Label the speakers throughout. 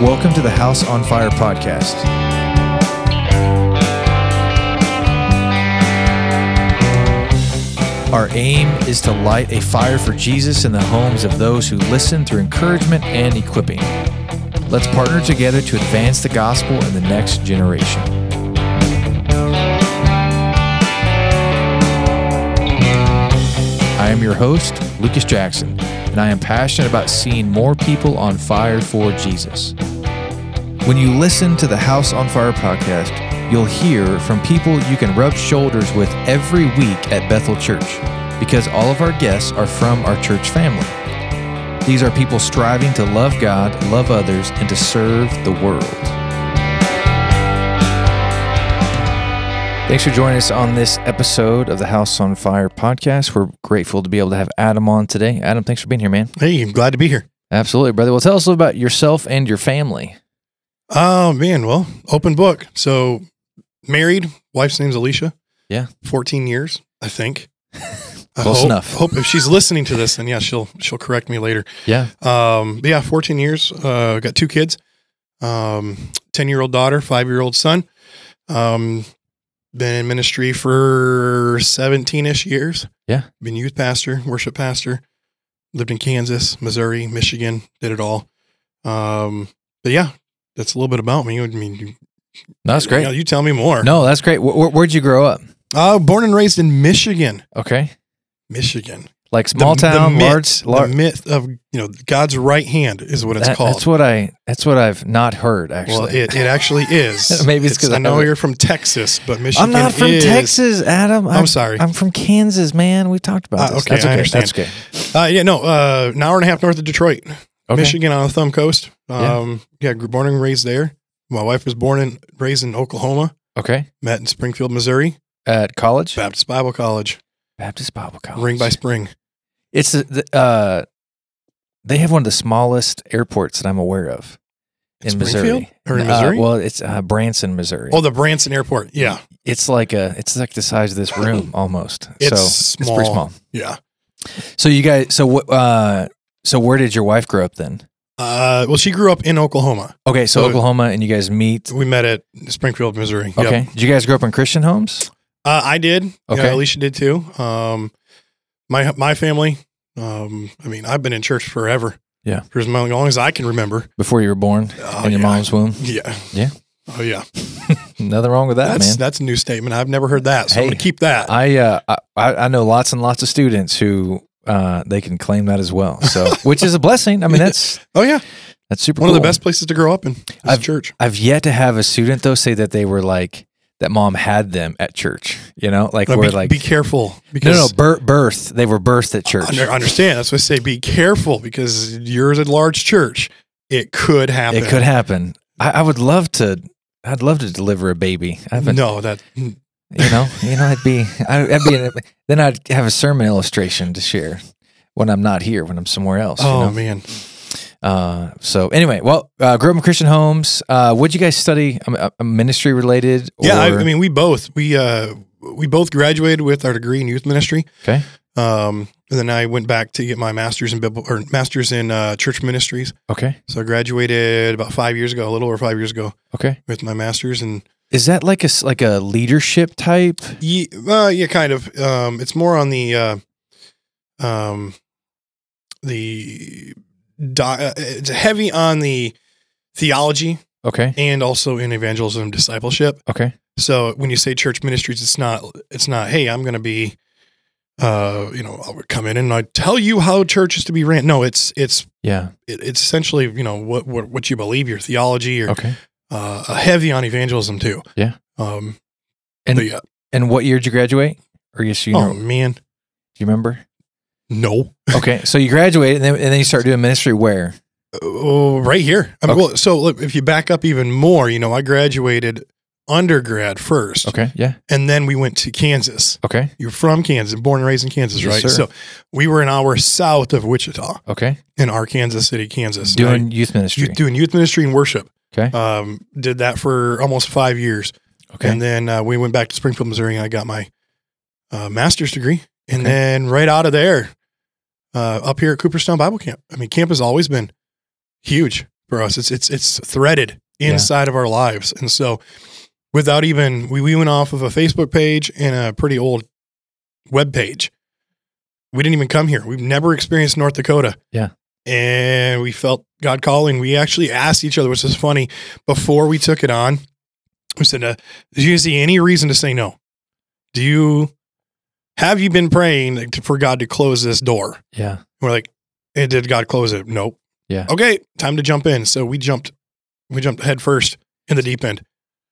Speaker 1: Welcome to the House on Fire podcast. Our aim is to light a fire for Jesus in the homes of those who listen through encouragement and equipping. Let's partner together to advance the gospel in the next generation. I am your host, Lucas Jackson, and I am passionate about seeing more people on fire for Jesus. When you listen to the House on Fire podcast, you'll hear from people you can rub shoulders with every week at Bethel Church because all of our guests are from our church family. These are people striving to love God, love others, and to serve the world. Thanks for joining us on this episode of the House on Fire podcast. We're grateful to be able to have Adam on today. Adam, thanks for being here, man.
Speaker 2: Hey, I'm glad to be here.
Speaker 1: Absolutely, brother. Well, tell us a little about yourself and your family.
Speaker 2: Oh man, well, open book. So married, wife's name's Alicia.
Speaker 1: Yeah.
Speaker 2: 14 years, I think. I
Speaker 1: Close
Speaker 2: hope,
Speaker 1: enough.
Speaker 2: Hope if she's listening to this, then yeah, she'll she'll correct me later.
Speaker 1: Yeah.
Speaker 2: Um, but yeah, 14 years. Uh, got two kids, um, 10 year old daughter, five year old son. Um, been in ministry for 17 ish years.
Speaker 1: Yeah.
Speaker 2: Been youth pastor, worship pastor, lived in Kansas, Missouri, Michigan, did it all. Um, but yeah, that's a little bit about me. I mean, you,
Speaker 1: No, that's
Speaker 2: You, know,
Speaker 1: great.
Speaker 2: you tell me more.
Speaker 1: No, that's great. Where, where- where'd you grow up?
Speaker 2: Uh, born and raised in Michigan,
Speaker 1: Okay.
Speaker 2: Michigan.
Speaker 1: Like
Speaker 2: The-
Speaker 1: small
Speaker 2: the
Speaker 1: town,
Speaker 2: myth-
Speaker 1: large, large.
Speaker 2: The myth of, you know, God's right hand is what it's
Speaker 1: That-
Speaker 2: called.
Speaker 1: That's what I. That's what I've not heard actually.
Speaker 2: Well, it, it actually is.
Speaker 1: Maybe it's 'cause I
Speaker 2: I know
Speaker 1: haven't-
Speaker 2: you're from Texas, but Michigan.
Speaker 1: I'm not from
Speaker 2: is-
Speaker 1: Texas, Adam.
Speaker 2: I'm sorry.
Speaker 1: I'm from Kansas, man. We talked about
Speaker 2: Ah,
Speaker 1: this.
Speaker 2: okay,
Speaker 1: that's
Speaker 2: I
Speaker 1: okay.
Speaker 2: understand.
Speaker 1: That's okay.
Speaker 2: Uh, yeah, no, uh, an hour and a half north of Detroit,
Speaker 1: Okay.
Speaker 2: Michigan, on the Thumb Coast.
Speaker 1: Yeah.
Speaker 2: Um, yeah. grew born and raised there. My wife was born and raised in Oklahoma.
Speaker 1: Okay.
Speaker 2: Met in Springfield, Missouri,
Speaker 1: At college,
Speaker 2: Baptist Bible College,
Speaker 1: Baptist Bible College.
Speaker 2: Ring by Spring.
Speaker 1: It's the, the uh, they have one of the smallest airports that I'm aware of
Speaker 2: In
Speaker 1: in Missouri.
Speaker 2: Springfield? Or in
Speaker 1: Uh,
Speaker 2: Missouri?
Speaker 1: well, it's uh, Branson, Missouri.
Speaker 2: Oh, the Branson Airport. Yeah,
Speaker 1: it's like a it's like the size of this room almost.
Speaker 2: It's
Speaker 1: so it's pretty
Speaker 2: small.
Speaker 1: small.
Speaker 2: yeah.
Speaker 1: So you guys, so what? Uh, so where did your wife grow up then?
Speaker 2: Uh, well, she grew up in Oklahoma.
Speaker 1: Okay, so
Speaker 2: So-
Speaker 1: Oklahoma, and you guys meet.
Speaker 2: We met at Springfield, Missouri. Yep.
Speaker 1: Okay, did you guys grow up in Christian homes?
Speaker 2: Uh, I did. Okay.
Speaker 1: Okay.
Speaker 2: Alicia did too. Um, my my family. Um, I mean, I've been in church forever.
Speaker 1: Yeah.
Speaker 2: for as long as long as I can remember.
Speaker 1: before you were born
Speaker 2: Oh,
Speaker 1: in your
Speaker 2: yeah.
Speaker 1: mom's womb.
Speaker 2: Yeah.
Speaker 1: Yeah.
Speaker 2: Oh yeah.
Speaker 1: Nothing wrong with that,
Speaker 2: that's
Speaker 1: man.
Speaker 2: that's a new statement. I've never heard that. So I'm
Speaker 1: Hey.
Speaker 2: gonna keep that.
Speaker 1: I, uh, I I know lots and lots of students who uh, they can claim that as well. So, which is a blessing. I mean, that's
Speaker 2: oh yeah.
Speaker 1: that's super.
Speaker 2: One of the
Speaker 1: cool.
Speaker 2: best places to grow up in is
Speaker 1: I've-
Speaker 2: church.
Speaker 1: I've yet to have a student though say that they were like that. Mom had them at church. You know, like
Speaker 2: Now,
Speaker 1: we're
Speaker 2: be,
Speaker 1: like
Speaker 2: be careful
Speaker 1: no,
Speaker 2: because
Speaker 1: no, bir- birth. They were birthed at church.
Speaker 2: Under- understand. That's why I say be careful because you're a large church. It could happen.
Speaker 1: It could happen. I, I would love to. I'd love to deliver a baby. I haven't,
Speaker 2: No, that
Speaker 1: you know, you know, I'd be, I, I'd be, then I'd have a sermon illustration to share when I'm not here, when I'm somewhere else. you
Speaker 2: oh
Speaker 1: know?
Speaker 2: man.
Speaker 1: Uh, so anyway, well, uh, grew up in Christian homes. Uh, what'd you guys study? Um, uh, ministry related? Or,
Speaker 2: Yeah, I, I mean, we both we uh we both graduated with our degree in youth ministry.
Speaker 1: Okay.
Speaker 2: Um, and then I went back to get my master's in Bible or master's in uh, church ministries.
Speaker 1: okay,
Speaker 2: So I graduated about five years ago, a little over five years ago,
Speaker 1: okay.
Speaker 2: with my master's. And
Speaker 1: Is that like a s- like a leadership type?
Speaker 2: yeah, uh, yeah kind of. Um, it's more on the uh, um, the di- uh, it's heavy on the theology
Speaker 1: Okay,
Speaker 2: and also in evangelism discipleship.
Speaker 1: okay,
Speaker 2: So when you say church ministries, it's not it's not hey, I'm going to be uh, you know, I'll come in and I tell you how church is to be ran. No, it's it's
Speaker 1: yeah,
Speaker 2: it, it's essentially, you know, what what what you believe, your theology or
Speaker 1: okay.
Speaker 2: uh, heavy on evangelism too.
Speaker 1: Yeah.
Speaker 2: Um
Speaker 1: And-
Speaker 2: and yeah,
Speaker 1: And what year did you graduate? Or yes, you know,
Speaker 2: oh
Speaker 1: do
Speaker 2: man,
Speaker 1: you remember?
Speaker 2: no.
Speaker 1: Okay, so you graduated, and then, and then you start doing ministry where?
Speaker 2: Oh, right here. I mean, well, so look, if you back up even more, you know, I graduated undergrad first
Speaker 1: Okay, yeah,
Speaker 2: and then we went to Kansas.
Speaker 1: okay,
Speaker 2: You're from Kansas, born and raised in Kansas,
Speaker 1: Yes,
Speaker 2: right?
Speaker 1: sir.
Speaker 2: So we were an hour south of Wichita
Speaker 1: okay.
Speaker 2: in Arkansas City, Kansas.
Speaker 1: Doing
Speaker 2: And
Speaker 1: youth
Speaker 2: I- you-
Speaker 1: ministry.
Speaker 2: doing youth ministry and worship.
Speaker 1: Okay.
Speaker 2: Um, did that for almost five years.
Speaker 1: Okay,
Speaker 2: And then uh, we went back to Springfield, Missouri, and I got my uh, master's degree. And
Speaker 1: Okay.
Speaker 2: then right out of there, uh, up here at Cooperstown Bible Camp. I mean, camp has always been huge. for us. It's it's it's threaded inside of our lives, and so without even we we went off of a Facebook page and a pretty old web page. We didn't even come here. We've never experienced North Dakota.
Speaker 1: Yeah.
Speaker 2: And we felt God calling. We actually asked each other, which is funny, before we took it on. We said, uh, "Do you see any reason to say no? Do you have you been praying for God to close this door?"
Speaker 1: Yeah.
Speaker 2: We're like, "Hey, did God close it? Nope.
Speaker 1: Yeah.
Speaker 2: Okay, time to jump in. So we jumped, we jumped head first in the deep end.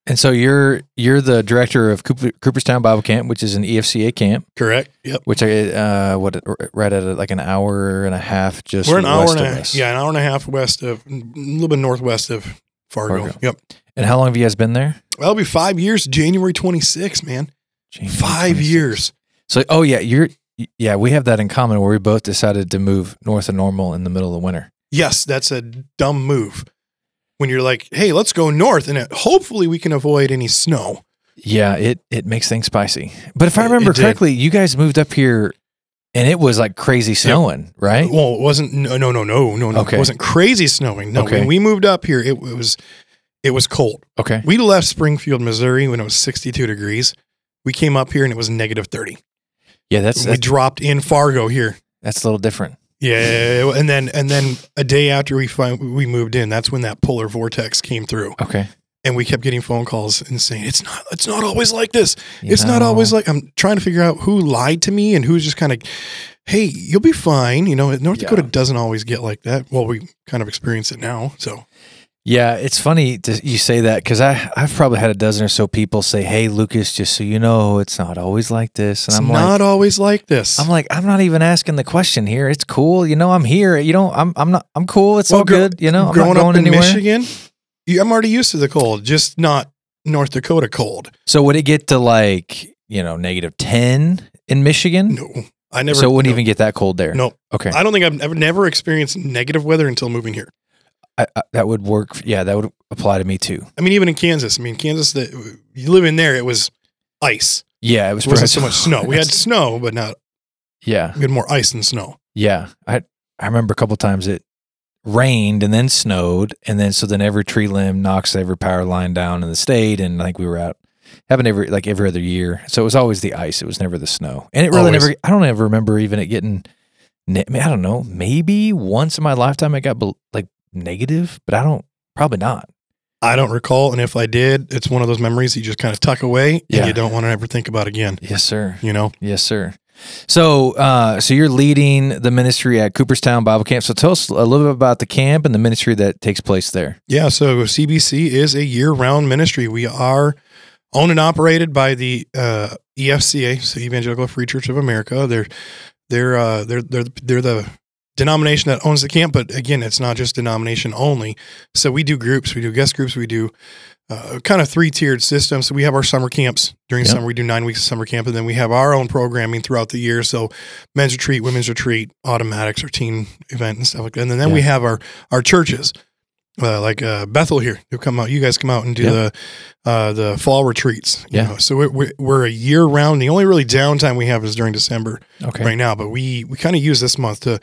Speaker 1: And so you're you're the director of Cooper, Cooperstown Bible Camp, which is an E EFCA camp,
Speaker 2: Correct. Yep.
Speaker 1: which I uh what right at like an hour and a half just
Speaker 2: We're an hour
Speaker 1: west
Speaker 2: and
Speaker 1: of
Speaker 2: a
Speaker 1: us.
Speaker 2: yeah, an hour and a half west of a little bit northwest of Fargo.
Speaker 1: Fargo.
Speaker 2: Yep.
Speaker 1: And how long have you guys been there?
Speaker 2: That'll be five years. January twenty sixth, man.
Speaker 1: January
Speaker 2: Five
Speaker 1: 26th.
Speaker 2: years.
Speaker 1: So oh yeah, you're yeah, we have that in common where we both decided to move north of normal in the middle of winter.
Speaker 2: Yes, that's a dumb move. When you're like, hey, let's go north, and it, hopefully we can avoid any snow.
Speaker 1: Yeah, it it makes things spicy. But if I
Speaker 2: It-
Speaker 1: remember
Speaker 2: it did.
Speaker 1: correctly, you guys moved up here and it was like crazy snowing, right?
Speaker 2: Well, it wasn't. No, no, no, no, no. no.
Speaker 1: Okay.
Speaker 2: It wasn't crazy snowing. No.
Speaker 1: Okay.
Speaker 2: When we moved up here, it, it was, it was cold.
Speaker 1: Okay.
Speaker 2: We left Springfield, Missouri when it was 62 degrees. We came up here and it was negative 30.
Speaker 1: Yeah, that's
Speaker 2: we
Speaker 1: that's,
Speaker 2: dropped in Fargo here.
Speaker 1: that's a little different.
Speaker 2: Yeah, and then and then a day after we fin- we moved in, that's when that polar vortex came through,
Speaker 1: Okay.
Speaker 2: and we kept getting phone calls and saying it's not it's not always like this. It's not
Speaker 1: No.
Speaker 2: always like I'm trying to figure out who lied to me and who's just kind of, hey, you'll be fine. You know, North
Speaker 1: Yeah.
Speaker 2: Dakota doesn't always get like that. Well, we kind of experience it now. So
Speaker 1: Yeah, it's funny to, you say that because I I've probably had a dozen or so people say, "Hey, Lucas, just so you know, it's not always like this." And
Speaker 2: it's
Speaker 1: I'm like,
Speaker 2: not always like this.
Speaker 1: I'm like, I'm not even asking the question here. It's cool, you know. I'm here. You know, I'm I'm not. I'm cool. It's
Speaker 2: Well,
Speaker 1: all
Speaker 2: gr-
Speaker 1: good. You know, I'm
Speaker 2: growing
Speaker 1: not going
Speaker 2: up in
Speaker 1: anywhere.
Speaker 2: Michigan, you- I'm already used to the cold, just not North Dakota cold.
Speaker 1: So would it get to like you know negative ten in Michigan?
Speaker 2: No, I never.
Speaker 1: so it wouldn't
Speaker 2: no,
Speaker 1: even get that cold there.
Speaker 2: No,
Speaker 1: Okay.
Speaker 2: I don't think I've ever never experienced negative weather until moving here.
Speaker 1: I, I, that would work. f- Yeah, that would apply to me too.
Speaker 2: I mean, even in Kansas. I mean, Kansas. That you live in there, it was ice.
Speaker 1: Yeah, it was
Speaker 2: It wasn't so
Speaker 1: pretty-
Speaker 2: much snow. We had snow, but not
Speaker 1: yeah,
Speaker 2: we had more ice than snow.
Speaker 1: yeah. I I remember a couple times it rained and then snowed and then so then every tree limb knocks every power line down in the state and I think we were out happened every like every other year. So it was always the ice. It was never the snow. And it really
Speaker 2: Always.
Speaker 1: never. I don't ever remember even it getting. ne- I mean, I don't know. Maybe once in my lifetime it got bel- like negative, but I don't. Probably not.
Speaker 2: I don't recall, and if I did, it's one of those memories you just kind of tuck away
Speaker 1: Yeah.
Speaker 2: and you don't want to ever think about again.
Speaker 1: Yes, sir.
Speaker 2: You know,
Speaker 1: Yes, sir. So, uh, so you're leading the ministry at Cooperstown Bible Camp. So, tell us a little bit about the camp and the ministry that takes place there.
Speaker 2: Yeah, so CBC is a year-round ministry. We are owned and operated by the uh, EFCA, so Evangelical Free Church of America. They're they're uh, they're they're they're the denomination that owns the camp, but again, it's not just denomination only. So we do groups, we do guest groups, we do uh, kind of three-tiered system. So we have our summer camps during
Speaker 1: Yep.
Speaker 2: summer. We do nine weeks of summer camp, and then we have our own programming throughout the year. So men's retreat, women's retreat, automatics, or teen event and stuff like that. And then, then
Speaker 1: Yeah.
Speaker 2: we have our our churches, uh, like uh, Bethel here. You come out, you guys come out and do
Speaker 1: Yeah.
Speaker 2: the uh, the fall retreats. you
Speaker 1: Yeah.
Speaker 2: know. So we're, we're we're a year round. The only really downtime we have is during December
Speaker 1: Okay.
Speaker 2: right now. But we we kind of use this month to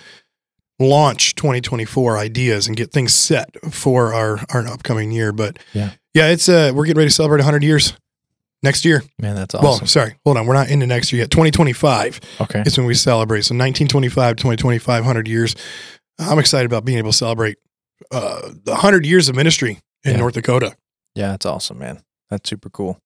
Speaker 2: launch 2024 ideas and get things set for our our upcoming year. But
Speaker 1: Yeah.
Speaker 2: yeah, it's uh we're getting ready to celebrate 100 years next year.
Speaker 1: Man, that's awesome.
Speaker 2: Well, sorry, hold on, we're not into next year yet. 2025
Speaker 1: okay.
Speaker 2: it's when we celebrate. So 1925, 2025, 100 years. I'm excited about being able to celebrate uh, the 100 years of ministry in
Speaker 1: Yeah.
Speaker 2: North Dakota.
Speaker 1: Yeah, that's awesome, man. That's super cool.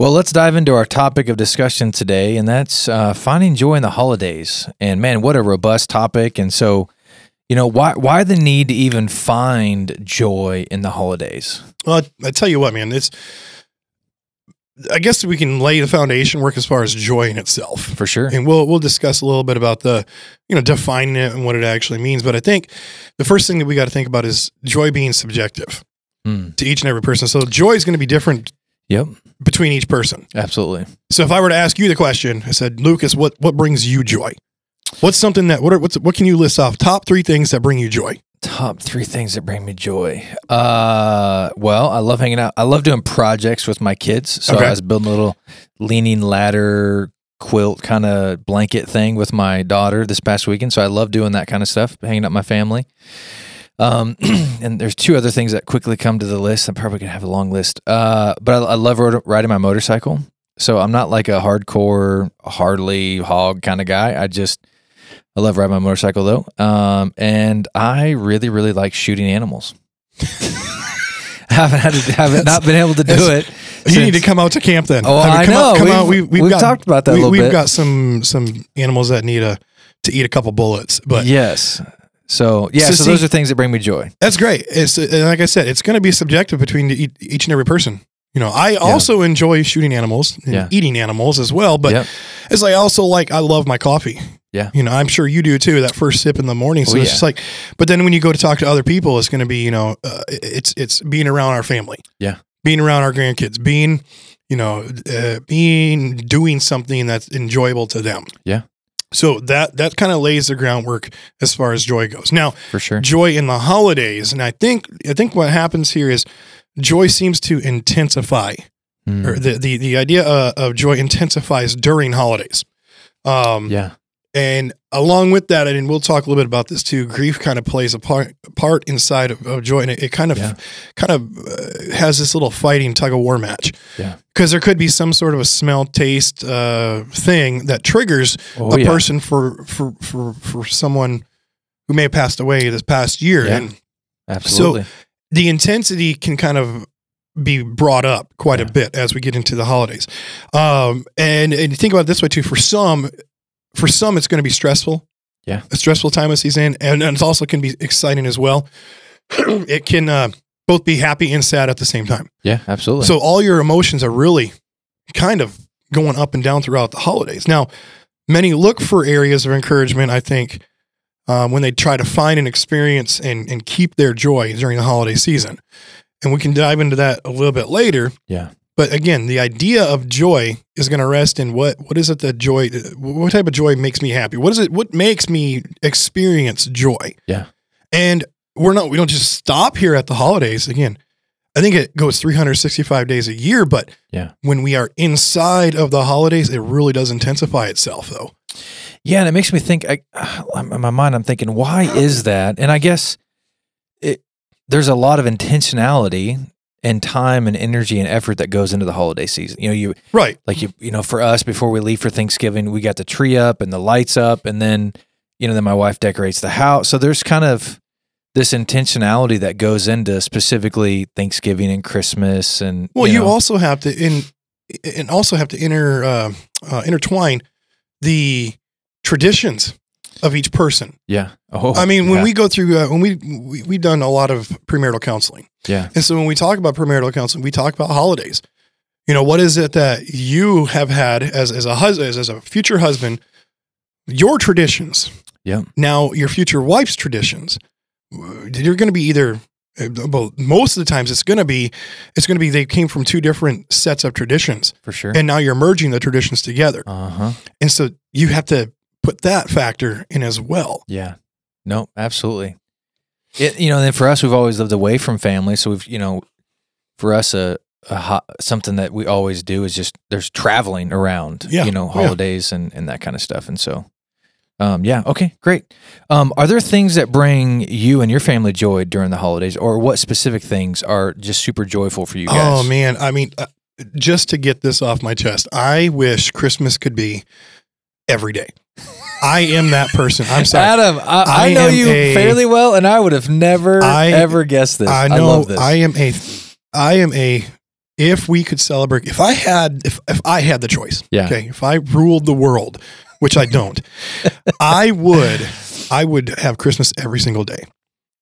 Speaker 1: Well, let's dive into our topic of discussion today, and that's uh, finding joy in the holidays. And man, what a robust topic! And so, you know, why why the need to even find joy in the holidays?
Speaker 2: Well, I, I tell you what, man, it's, I guess we can lay the foundation work as far as joy in itself.
Speaker 1: For sure.
Speaker 2: And we'll, we'll discuss a little bit about the, you know, defining it and what it actually means. But I think the first thing that we got to think about is joy being subjective
Speaker 1: Mm,
Speaker 2: to each and every person. So joy is going to be different
Speaker 1: Yep.
Speaker 2: between each person.
Speaker 1: absolutely.
Speaker 2: So if I were to ask you the question, I said, Lucas, what what brings you joy? What's something that what are, what's what can you list off? Top three things that bring you joy.
Speaker 1: Top three things that bring me joy. Uh, well, I love hanging out. I love doing projects with my kids. So
Speaker 2: Okay.
Speaker 1: I was building a little leaning ladder quilt kind of blanket thing with my daughter this past weekend. So I love doing that kind of stuff, hanging out with my family. Um, and there's two other things that quickly come to the list. I'm probably gonna have a long list. Uh, but I, I love road, riding my motorcycle. So I'm not like a hardcore Harley hog kind of guy. I just I love riding my motorcycle though. Um, and I really really like shooting animals. I haven't had to, haven't not been able to do it.
Speaker 2: That's- you need to come out to camp then.
Speaker 1: Oh, I
Speaker 2: come Out,
Speaker 1: know.
Speaker 2: come
Speaker 1: We've-
Speaker 2: out. We, we've,
Speaker 1: we've
Speaker 2: got,
Speaker 1: talked about that a
Speaker 2: we,
Speaker 1: little
Speaker 2: We've
Speaker 1: bit.
Speaker 2: got some some animals that need a to eat a couple bullets, but
Speaker 1: yes. So yeah,
Speaker 2: So
Speaker 1: so,
Speaker 2: see-
Speaker 1: those are things that bring me joy.
Speaker 2: that's great. It's and like I said, it's going to be subjective between e- each and every person. You know, I also enjoy shooting animals and
Speaker 1: Yeah.
Speaker 2: eating animals as well, but
Speaker 1: Yep.
Speaker 2: it's like I also like I love my coffee.
Speaker 1: Yeah.
Speaker 2: you know, I'm sure you do too. That first sip in the morning, so
Speaker 1: Oh,
Speaker 2: it's
Speaker 1: yeah.
Speaker 2: just like. But then when you go to talk to other people, it's going to be you know, uh, it's it's being around our family.
Speaker 1: Yeah.
Speaker 2: being around our grandkids, being you know, uh, being doing something that's enjoyable to them.
Speaker 1: Yeah.
Speaker 2: So that that kind of lays the groundwork as far as joy goes. Now,
Speaker 1: for sure.
Speaker 2: joy in the holidays, and I think I think what happens here is joy seems to intensify
Speaker 1: Mm.
Speaker 2: or the the, the idea uh, of joy intensifies during holidays. Um,
Speaker 1: yeah.
Speaker 2: And along with that, and we'll talk a little bit about this too. Grief kind of plays a part part inside of, of joy, and it, it kind of
Speaker 1: Yeah.
Speaker 2: kind of uh, has this little fighting tug of war match.
Speaker 1: Yeah.
Speaker 2: because there could be some sort of a smell, taste uh, thing that triggers
Speaker 1: Oh,
Speaker 2: a
Speaker 1: yeah.
Speaker 2: person for for for for someone who may have passed away this past year,
Speaker 1: Yeah.
Speaker 2: and
Speaker 1: Absolutely.
Speaker 2: the intensity can kind of be brought up quite
Speaker 1: Yeah.
Speaker 2: a bit as we get into the holidays. Um, and, and think about it this way too, for some, for some, it's going to be stressful.
Speaker 1: Yeah.
Speaker 2: A stressful time of season. And, and it also can be exciting as well. it can, uh, both be happy and sad at the same time.
Speaker 1: yeah. Absolutely.
Speaker 2: So all your emotions are really kind of going up and down throughout the holidays. Now, many look for areas of encouragement, I think, um, when they try to find an experience and, and keep their joy during the holiday season. And we can dive into that a little bit later.
Speaker 1: Yeah.
Speaker 2: But again, the idea of joy is going to rest in what what is it that joy what type of joy makes me happy? What is it what makes me experience joy?
Speaker 1: Yeah.
Speaker 2: And we're not we don't just stop here at the holidays again. I think it goes 365 days a year, but
Speaker 1: Yeah.
Speaker 2: when we are inside of the holidays, it really does intensify itself though.
Speaker 1: Yeah, and it makes me think. I, I'm- in my mind, I'm thinking, why is that? And I guess it, there's a lot of intentionality and time and energy and effort that goes into the holiday season. You know, you
Speaker 2: Right.
Speaker 1: like you you know, for us before we leave for Thanksgiving, we got the tree up and the lights up, and then you know, then my wife decorates the house. So there's kind of this intentionality that goes into specifically Thanksgiving and Christmas, and
Speaker 2: Well, you,
Speaker 1: know,
Speaker 2: also have to in and also have to inter uh, uh, intertwine the traditions of each person.
Speaker 1: yeah. Oh,
Speaker 2: I mean, when
Speaker 1: yeah,
Speaker 2: we go through uh, when we, we we've done a lot of premarital counseling,
Speaker 1: yeah,
Speaker 2: and so when we talk about premarital counseling, we talk about holidays. You know, what is it that you have had as as a husband, as, as a future husband, your traditions?
Speaker 1: Yeah.
Speaker 2: Now your future wife's traditions. You're going to be either. uh, Well, most of the times it's going to be, it's going to be they came from two different sets of traditions,
Speaker 1: for sure.
Speaker 2: and now you're merging the traditions together,
Speaker 1: Uh huh.
Speaker 2: and so you have to put that factor in as well.
Speaker 1: Yeah. No, absolutely. It, you know, then for us, we've always lived away from family. So we've, you know, for us, a, a ho- something that we always do is just there's traveling around,
Speaker 2: Yeah.
Speaker 1: you know,
Speaker 2: Oh, yeah.
Speaker 1: holidays and, and that kind of stuff. And so, um, yeah. Okay. Great. Um, are there things that bring you and your family joy during the holidays or what specific things are just super joyful for you guys?
Speaker 2: Oh man, I mean, uh, just to get this off my chest, I wish Christmas could be every day. I am that person. I'm sorry.
Speaker 1: Adam, I, I,
Speaker 2: I
Speaker 1: know
Speaker 2: am
Speaker 1: you
Speaker 2: a-
Speaker 1: fairly well, and I would have never,
Speaker 2: I-
Speaker 1: ever guessed this. I,
Speaker 2: I know. I,
Speaker 1: love this.
Speaker 2: am a. I am a. If we could celebrate, if I had, if if I had the choice,
Speaker 1: Yeah.
Speaker 2: okay, if I ruled the world, which I don't, I would, I would have Christmas every single day.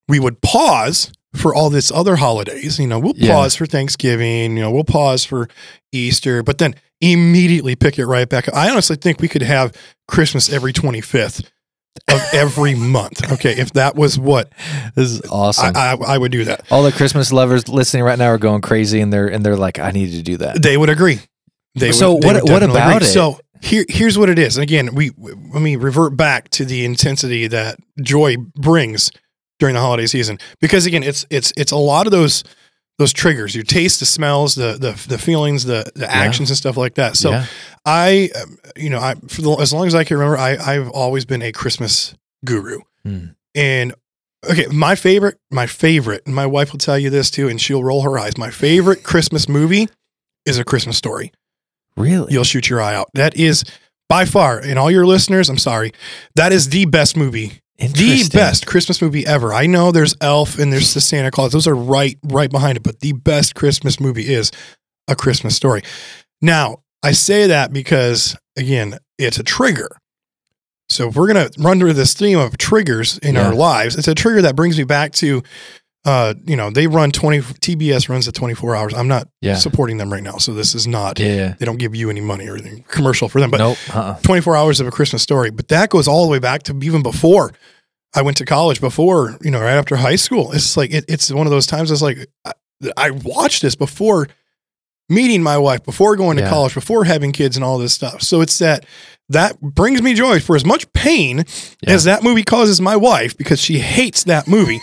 Speaker 2: We would pause for all this other holidays. You know, we'll
Speaker 1: Yeah.
Speaker 2: pause for Thanksgiving. You know, we'll pause for Easter, but then immediately pick it right back. up. I honestly think we could have Christmas every twenty fifth of every month. Okay, if that was what
Speaker 1: this is awesome.
Speaker 2: I, I, I would do that.
Speaker 1: All the Christmas lovers listening right now are going crazy, and they're and they're like, "I need to do that."
Speaker 2: They would agree. They
Speaker 1: So
Speaker 2: would, they
Speaker 1: what-
Speaker 2: would
Speaker 1: what
Speaker 2: definitely
Speaker 1: about it?
Speaker 2: So here, here's what it is. And again, we let me revert back to the intensity that joy brings during the holiday season, because again, it's it's it's a lot of those those triggers. Your taste, the smells, the the, the feelings, the the actions, and stuff like that. So
Speaker 1: Yeah.
Speaker 2: I, um, you know, I for the, as long as I can remember, I I've always been a Christmas guru,
Speaker 1: Hmm.
Speaker 2: and Okay, my favorite, my favorite, and my wife will tell you this too, and she'll roll her eyes. My favorite Christmas movie is A Christmas Story.
Speaker 1: Really?
Speaker 2: You'll shoot your eye out. That is by far, and all your listeners, I'm sorry, that is the best movie, the
Speaker 1: Interesting.
Speaker 2: best Christmas movie ever. I know there's Elf and there's the Santa Claus; those are right, right behind it. But the best Christmas movie is A Christmas Story. Now, I say that because again, it's a trigger. So if we're gonna run through this theme of triggers in
Speaker 1: Yeah.
Speaker 2: our lives, it's a trigger that brings me back to, uh, you know, they run twenty. TBS runs at twenty four hours. I'm not
Speaker 1: Yeah.
Speaker 2: supporting them right now, so this is not.
Speaker 1: Yeah.
Speaker 2: They don't give you any money or anything commercial for them, but
Speaker 1: nope. Uh-uh.
Speaker 2: 24 hours of a Christmas story. But that goes all the way back to even before I went to college, before, you know, right after high school. It's like, it, it's one of those times it's like, I, I watched this before meeting my wife, before going to
Speaker 1: Yeah.
Speaker 2: college, before having kids and all this stuff. So it's that, that brings me joy for as much pain
Speaker 1: Yeah.
Speaker 2: as that movie causes my wife because she hates that movie.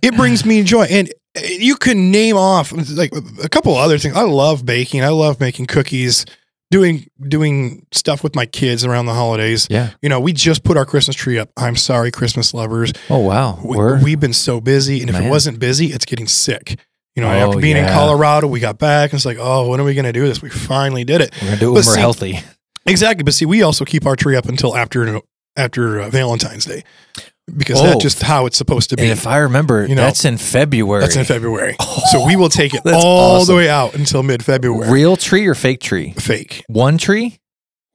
Speaker 2: it brings me joy. And uh, you can name off like a couple other things. I love baking. I love making cookies, doing doing stuff with my kids around the holidays.
Speaker 1: Yeah.
Speaker 2: You know, we just put our Christmas tree up. I'm sorry, Christmas lovers.
Speaker 1: Oh wow.
Speaker 2: We,
Speaker 1: Word?
Speaker 2: we've been so busy, and if
Speaker 1: Man.
Speaker 2: it wasn't busy, it's getting sick. You know,
Speaker 1: Oh,
Speaker 2: after being
Speaker 1: yeah.
Speaker 2: in Colorado, we got back, and it's like, oh, when are we going to do this? We finally did it.
Speaker 1: we're gonna do it when
Speaker 2: but
Speaker 1: we're
Speaker 2: see-
Speaker 1: healthy.
Speaker 2: Exactly, but see, we also keep our tree up until after after uh, Valentine's Day because
Speaker 1: Oh.
Speaker 2: that's just how it's supposed to be.
Speaker 1: And if I remember,
Speaker 2: You know,
Speaker 1: that's in February.
Speaker 2: that's in February,
Speaker 1: Oh,
Speaker 2: so we will take it
Speaker 1: That's
Speaker 2: all
Speaker 1: awesome.
Speaker 2: the way out until mid February.
Speaker 1: real tree or fake tree?
Speaker 2: Fake.
Speaker 1: One tree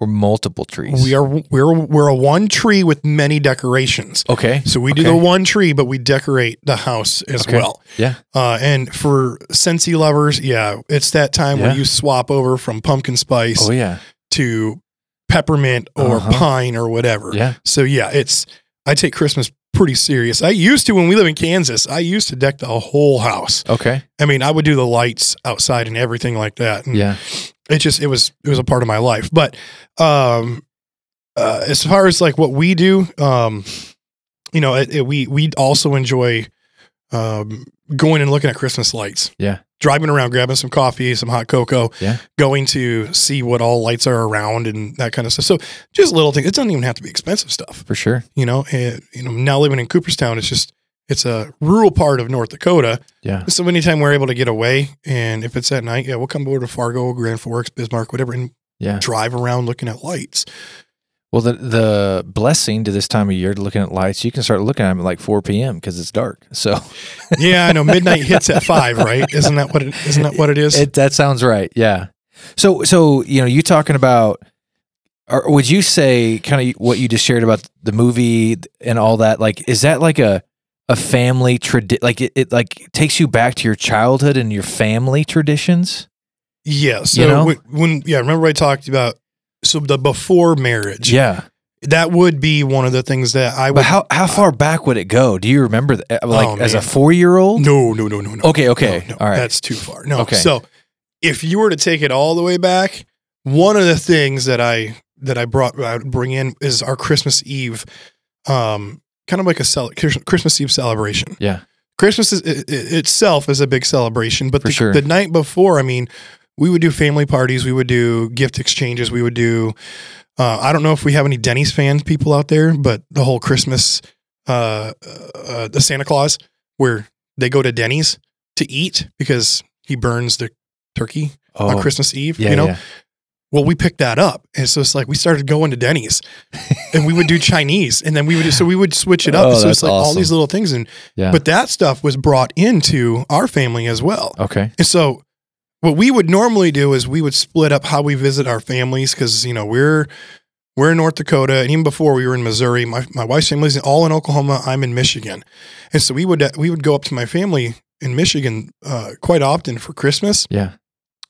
Speaker 1: or multiple trees?
Speaker 2: We are we're we're a one tree with many decorations.
Speaker 1: okay.
Speaker 2: So we do
Speaker 1: Okay.
Speaker 2: the one tree, but we decorate the house as
Speaker 1: Okay.
Speaker 2: well.
Speaker 1: Yeah.
Speaker 2: Uh, and for Scentsy lovers, yeah, it's that time
Speaker 1: Yeah.
Speaker 2: where you swap over from pumpkin spice
Speaker 1: Oh yeah.
Speaker 2: to peppermint or
Speaker 1: Uh-huh.
Speaker 2: pine or whatever.
Speaker 1: Yeah.
Speaker 2: So yeah, it's I take Christmas pretty serious. I used to when we live in Kansas, I used to deck the whole house.
Speaker 1: Okay.
Speaker 2: I mean, I would do the lights outside and everything like that. And
Speaker 1: Yeah.
Speaker 2: it just it was it was a part of my life but um uh, as far as like what we do um you know it, it- we we also enjoy um going and looking at christmas lights
Speaker 1: Yeah.
Speaker 2: driving around grabbing some coffee some hot cocoa
Speaker 1: Yeah.
Speaker 2: going to see what all lights are around and that kind of stuff so just little things it doesn't even have to be expensive stuff
Speaker 1: For sure.
Speaker 2: you know and you know now living in cooperstown it's just it's a rural part of north dakota
Speaker 1: Yeah.
Speaker 2: so anytime we're able to get away, and if it's at night, yeah, we'll come over to Fargo, Grand Forks, Bismarck, whatever, and
Speaker 1: Yeah.
Speaker 2: drive around looking at lights.
Speaker 1: Well, the the blessing to this time of year, to looking at lights, you can start looking at them at like 4 p.m. because it's dark. So
Speaker 2: Yeah, I know midnight hits at five, right? Isn't that what it? Isn't that what it is?
Speaker 1: it, that sounds right. Yeah. So so you know you talking about, or would you say kind of what you just shared about the movie and all that? Like, is that like a a family tradition? Like it, it like takes you back to your childhood and your family traditions.
Speaker 2: yeah. So
Speaker 1: you know?
Speaker 2: when, when yeah, remember I talked about so the before marriage.
Speaker 1: Yeah.
Speaker 2: that would be one of the things that I
Speaker 1: But
Speaker 2: would.
Speaker 1: how how far back would it go? Do you remember that? Like
Speaker 2: Oh,
Speaker 1: as a
Speaker 2: man.
Speaker 1: four year old?
Speaker 2: no, no, no, no, no.
Speaker 1: Okay. Okay.
Speaker 2: No, no,
Speaker 1: all right.
Speaker 2: That's too far. No.
Speaker 1: Okay.
Speaker 2: So if you were to take it all the way back, one of the things that I that I brought I would bring in is our Christmas Eve, um, kind of like a cel- Christmas Eve celebration.
Speaker 1: Yeah.
Speaker 2: Christmas is, i i itself is a big celebration, but
Speaker 1: For
Speaker 2: the,
Speaker 1: sure.
Speaker 2: the night before, I mean, we would do family parties, we would do gift exchanges, we would do. Uh, I don't know if we have any Denny's fans people out there, but the whole Christmas, uh, uh, the Santa Claus, where they go to Denny's to eat because he burns the turkey
Speaker 1: oh,
Speaker 2: on Christmas Eve.
Speaker 1: yeah,
Speaker 2: you know,
Speaker 1: yeah.
Speaker 2: well, we picked that up, and so it's like we started going to Denny's, and we would do Chinese, and then we would so we would switch it up.
Speaker 1: Oh,
Speaker 2: so
Speaker 1: that's
Speaker 2: it's like all
Speaker 1: awesome.
Speaker 2: these little things, and
Speaker 1: Yeah.
Speaker 2: but that stuff was brought into our family as well.
Speaker 1: Okay.
Speaker 2: And so what we would normally do is we would split up how we visit our families because you know we're we're in North Dakota and even before we were in Missouri, my, my wife's family's all in Oklahoma, I'm in Michigan. And so we would we would go up to my family in Michigan uh, quite often for Christmas.
Speaker 1: Yeah.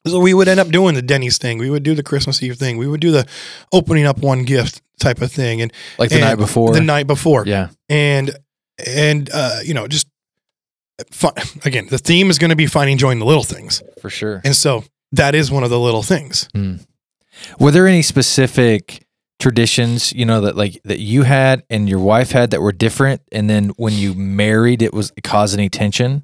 Speaker 2: So we would end up doing the Denny's thing. We would do the Christmas Eve thing. We would do the opening up one gift type of thing and
Speaker 1: Like the
Speaker 2: and
Speaker 1: night before.
Speaker 2: the night before
Speaker 1: yeah.
Speaker 2: and and uh, you know just fi- again the theme is going to be finding joy in the little things
Speaker 1: For sure.
Speaker 2: and so that is one of the little things
Speaker 1: Were there any specific traditions, you know, that like that you had and your wife had that were different, and then when you married, it was it caused any tension,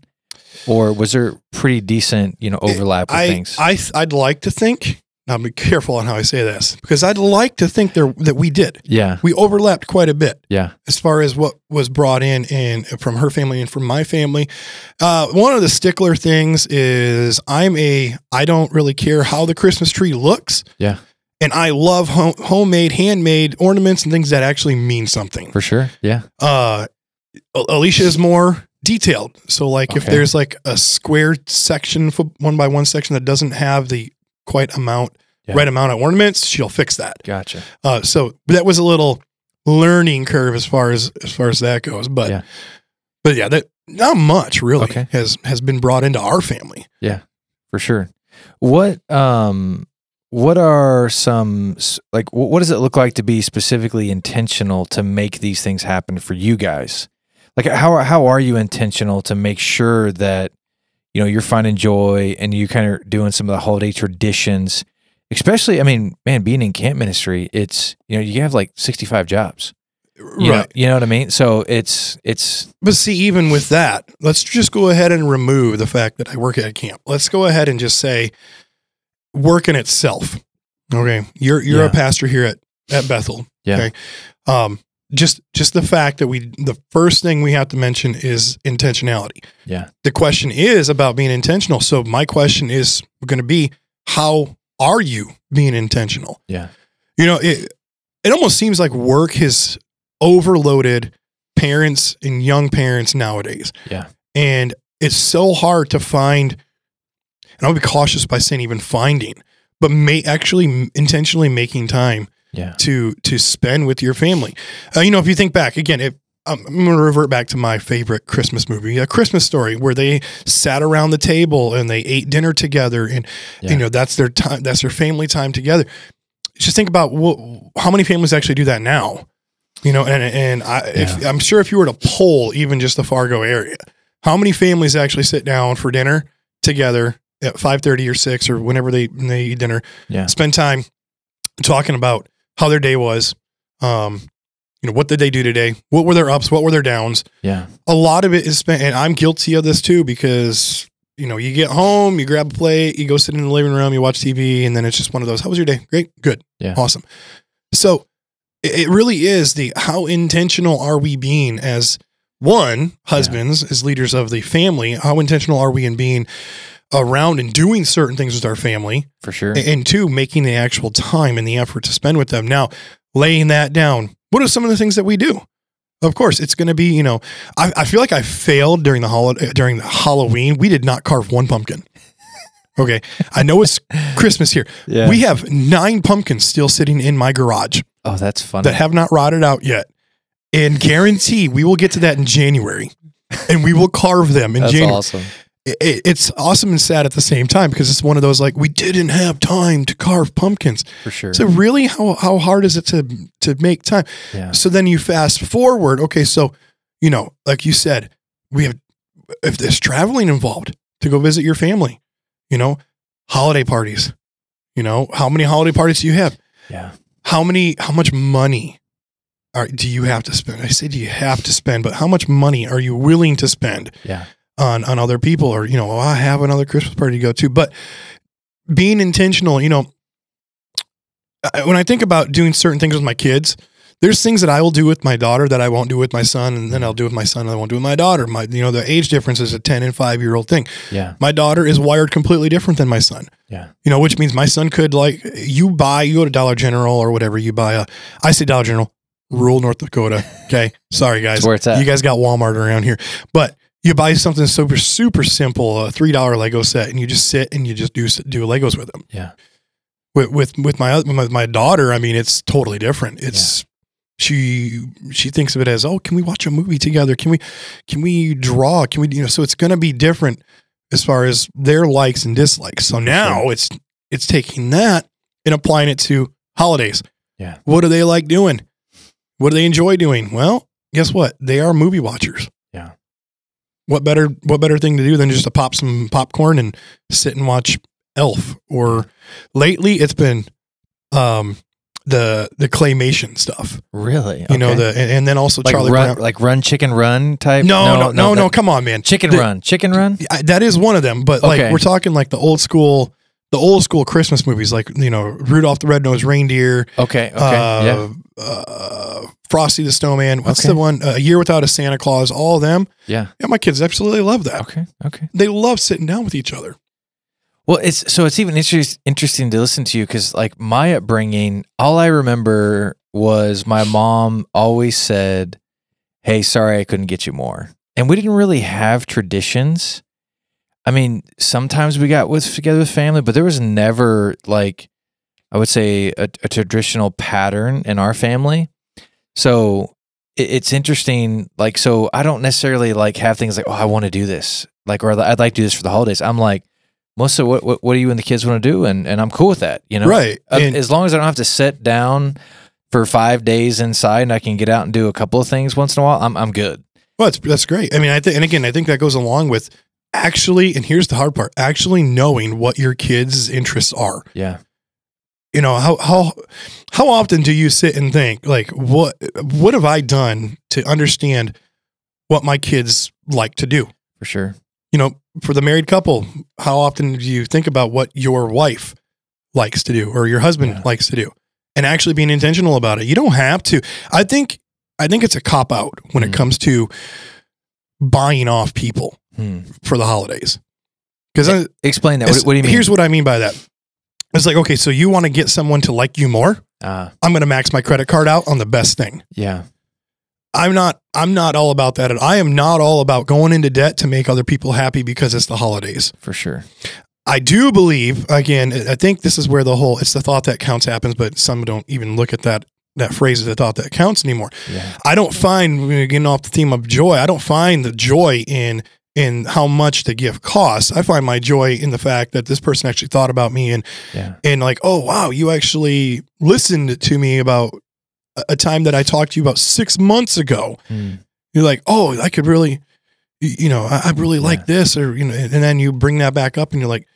Speaker 1: or was there pretty decent, you know, overlap with
Speaker 2: i
Speaker 1: things?
Speaker 2: i i'd like to think Now, I'll be careful on how I say this because I'd like to think there that we did.
Speaker 1: Yeah.
Speaker 2: We overlapped quite a bit
Speaker 1: Yeah.
Speaker 2: as far as what was brought in and from her family and from my family. Uh, one of the stickler things is I'm a I don't really care how the Christmas tree looks.
Speaker 1: Yeah.
Speaker 2: And I love home, homemade, handmade ornaments and things that actually mean something.
Speaker 1: For sure. Yeah.
Speaker 2: Uh, A- Alicia is more detailed. So like if
Speaker 1: Okay.
Speaker 2: there's like a square section, fo- one by one section that doesn't have the quite amount,
Speaker 1: Yeah.
Speaker 2: right amount of ornaments, she'll fix that.
Speaker 1: Gotcha.
Speaker 2: Uh, so that was a little learning curve as far as as far as that goes. But
Speaker 1: Yeah.
Speaker 2: but yeah, that not much really
Speaker 1: Okay.
Speaker 2: has has been brought into our family.
Speaker 1: For sure. What um what are some s- like wh- what does it look like to be specifically intentional to make these things happen for you guys? Like how are- how are you intentional to make sure that you know you're finding joy and you kind of doing some of the holiday traditions? Especially, I mean, man, being in camp ministry, it's you know you have like 65 jobs. You Know,
Speaker 2: Right.
Speaker 1: you know what I mean? So it's it's
Speaker 2: But see, even with that, let's just go ahead and remove the fact that I work at a camp. Let's go ahead and just say work in itself. Okay. You're you're
Speaker 1: Yeah.
Speaker 2: a pastor here at, at Bethel.
Speaker 1: Yeah.
Speaker 2: Okay. Um just just the fact that we the first thing we have to mention is intentionality.
Speaker 1: Yeah.
Speaker 2: The question is about being intentional. So my question is going to be how are you being intentional?
Speaker 1: yeah
Speaker 2: You know, it it almost seems like work has overloaded parents and young parents nowadays.
Speaker 1: Yeah.
Speaker 2: And it's so hard to find and I'll be cautious by saying even finding, but may actually intentionally making time
Speaker 1: yeah
Speaker 2: to to spend with your family. Uh, you know, if you think back again, if um, I'm going to revert back to my favorite Christmas movie, A Christmas Story, where they sat around the table and they ate dinner together, and
Speaker 1: Yeah.
Speaker 2: you know that's their time, that's their family time together. Just think about what, how many families actually do that now. You know, and and I, if, I'm sure if you were to poll even just the Fargo area, how many families actually sit down for dinner together at 5:30 or six or whenever they when they eat dinner,
Speaker 1: Yeah.
Speaker 2: spend time talking about how their day was. Um, you know, what did they do today? What were their ups? What were their downs?
Speaker 1: yeah
Speaker 2: A lot of it is spent, and I'm guilty of this too because you know you get home, you grab a plate, you go sit in the living room, you watch TV, and then it's just one of those. How was your day? Great, good,
Speaker 1: Yeah.
Speaker 2: awesome. So it it really is the how intentional are we being as one husbands as leaders of the family? How intentional are we in being around and doing certain things with our family?
Speaker 1: for sure
Speaker 2: A- and two, making the actual time and the effort to spend with them. Now, laying that down, what are some of the things that we do? Of course, it's going to be you know, I, I feel like I failed during the holiday during the Halloween. We did not carve one pumpkin. Okay, I know it's Christmas here.
Speaker 1: yeah
Speaker 2: We have nine pumpkins still sitting in my garage
Speaker 1: oh that's funny
Speaker 2: that have not rotted out yet, and guarantee we will get to that in January, and we will carve them in
Speaker 1: that's
Speaker 2: January
Speaker 1: awesome
Speaker 2: it, it's awesome and sad at the same time because it's one of those like we didn't have time to carve pumpkins.
Speaker 1: for sure
Speaker 2: So really, how how hard is it to to make time?
Speaker 1: yeah
Speaker 2: So then you fast forward. Okay, so you know, like you said, we have if there's traveling involved to go visit your family, you know, holiday parties. You know, how many holiday parties do you have?
Speaker 1: yeah
Speaker 2: How many? How much money? Are, do you have to spend? I say, do you have to spend? But how much money are you willing to spend?
Speaker 1: yeah
Speaker 2: on on other people or you know oh, i have another christmas party to go to but being intentional you know I- when i think about doing certain things with my kids there's things that i will do with my daughter that i won't do with my son and then i'll do with my son and i won't do with my daughter my you know the age difference is a 10 and 5 year old thing
Speaker 1: yeah
Speaker 2: my daughter is wired completely different than my son
Speaker 1: yeah
Speaker 2: you know, which means my son could like you buy, you go to Dollar General or whatever, you buy a, I say Dollar General, rural North Dakota. Okay. Sorry guys.
Speaker 1: It's where it's at.
Speaker 2: You guys got Walmart around here, but you buy something super, super simple, a $3 Lego set and you just sit and you just do, do Legos with them.
Speaker 1: Yeah.
Speaker 2: With, with, with my, oth- with my daughter, I mean, it's totally different. It's, She she thinks of it as oh can we watch a movie together can we can we draw can we you know so it's going to be different as far as their likes and dislikes. So now it's it's taking that and applying it to holidays.
Speaker 1: Yeah.
Speaker 2: What do they like doing? What do they enjoy doing? Well, guess what? They are movie watchers.
Speaker 1: Yeah.
Speaker 2: What better what better thing to do than just to pop some popcorn and sit and watch Elf or lately it's been um the the claymation stuff.
Speaker 1: really
Speaker 2: You know the and, and then also
Speaker 1: like
Speaker 2: Charlie
Speaker 1: run,
Speaker 2: Brown.
Speaker 1: like run chicken run type.
Speaker 2: No, no, no, no,
Speaker 1: that-
Speaker 2: come on man.
Speaker 1: Chicken
Speaker 2: The-
Speaker 1: run, chicken run.
Speaker 2: I- that is one of them, but
Speaker 1: Okay.
Speaker 2: like we're talking like the old school the old school Christmas movies, like you know Rudolph the Red-Nosed Reindeer,
Speaker 1: Okay. Okay. yeah.
Speaker 2: uh, uh, Frosty the Snowman. What's
Speaker 1: Okay.
Speaker 2: the one? Uh, a Year Without a Santa Claus. All of them.
Speaker 1: Yeah.
Speaker 2: Yeah, my kids absolutely love that.
Speaker 1: Okay. Okay.
Speaker 2: They love sitting down with each other.
Speaker 1: Well, it's so it's even interest, interesting to listen to you because, like, my upbringing, all I remember was my mom always said, Hey, sorry I couldn't get you more. And we didn't really have traditions. I mean, sometimes we got with together with family, but there was never like I would say a, a traditional pattern in our family. So it, it's interesting. Like, so I don't necessarily like have things like, oh, I want to do this, like, or I'd like to do this for the holidays. I'm like, Melissa, what what, what do you and the kids want to do? And and I'm cool with that, you know.
Speaker 2: Right.
Speaker 1: Uh,
Speaker 2: and
Speaker 1: as long as I don't have to sit down for five days inside and I can get out and do a couple of things once in a while, I'm I'm good.
Speaker 2: well, it's, that's great. I mean, I think, and again, I think that goes along with actually, and here's the hard part actually knowing what your kids' interests are.
Speaker 1: Yeah.
Speaker 2: You know, how, how, how often do you sit and think, like, what, what have I done to understand what my kids like to do?
Speaker 1: For sure.
Speaker 2: you know, for the married couple, how often do you think about what your wife likes to do or your husband
Speaker 1: Yeah.
Speaker 2: likes to do and actually being intentional about it? You don't have to. I think I think it's a cop out when
Speaker 1: Mm.
Speaker 2: it comes to buying off people
Speaker 1: Hmm.
Speaker 2: for the holidays. Cuz
Speaker 1: Explain that. What, what do you mean?
Speaker 2: Here's what I mean by that. It's like, okay, so you want to get someone to like you more?
Speaker 1: Ah,
Speaker 2: I'm going to max my credit card out on the best thing.
Speaker 1: yeah.
Speaker 2: I'm not I'm not all about that. And I am not all about going into debt to make other people happy because it's the holidays.
Speaker 1: For sure.
Speaker 2: I do believe again. I think this is where the whole it's the thought that counts happens, but some don't even look at that that phrase as the thought that counts anymore.
Speaker 1: Yeah.
Speaker 2: I don't find you know, getting off the theme of joy. I don't find the joy in in how much the gift costs. I find my joy in the fact that this person actually thought about me and
Speaker 1: Yeah.
Speaker 2: and like, oh wow, you actually listened to me about a- a time that I talked to you about six months ago
Speaker 1: Hmm.
Speaker 2: you're like, oh, I could really, y- you know, I, I really like this, or you know, and then you bring that back up, and you're like,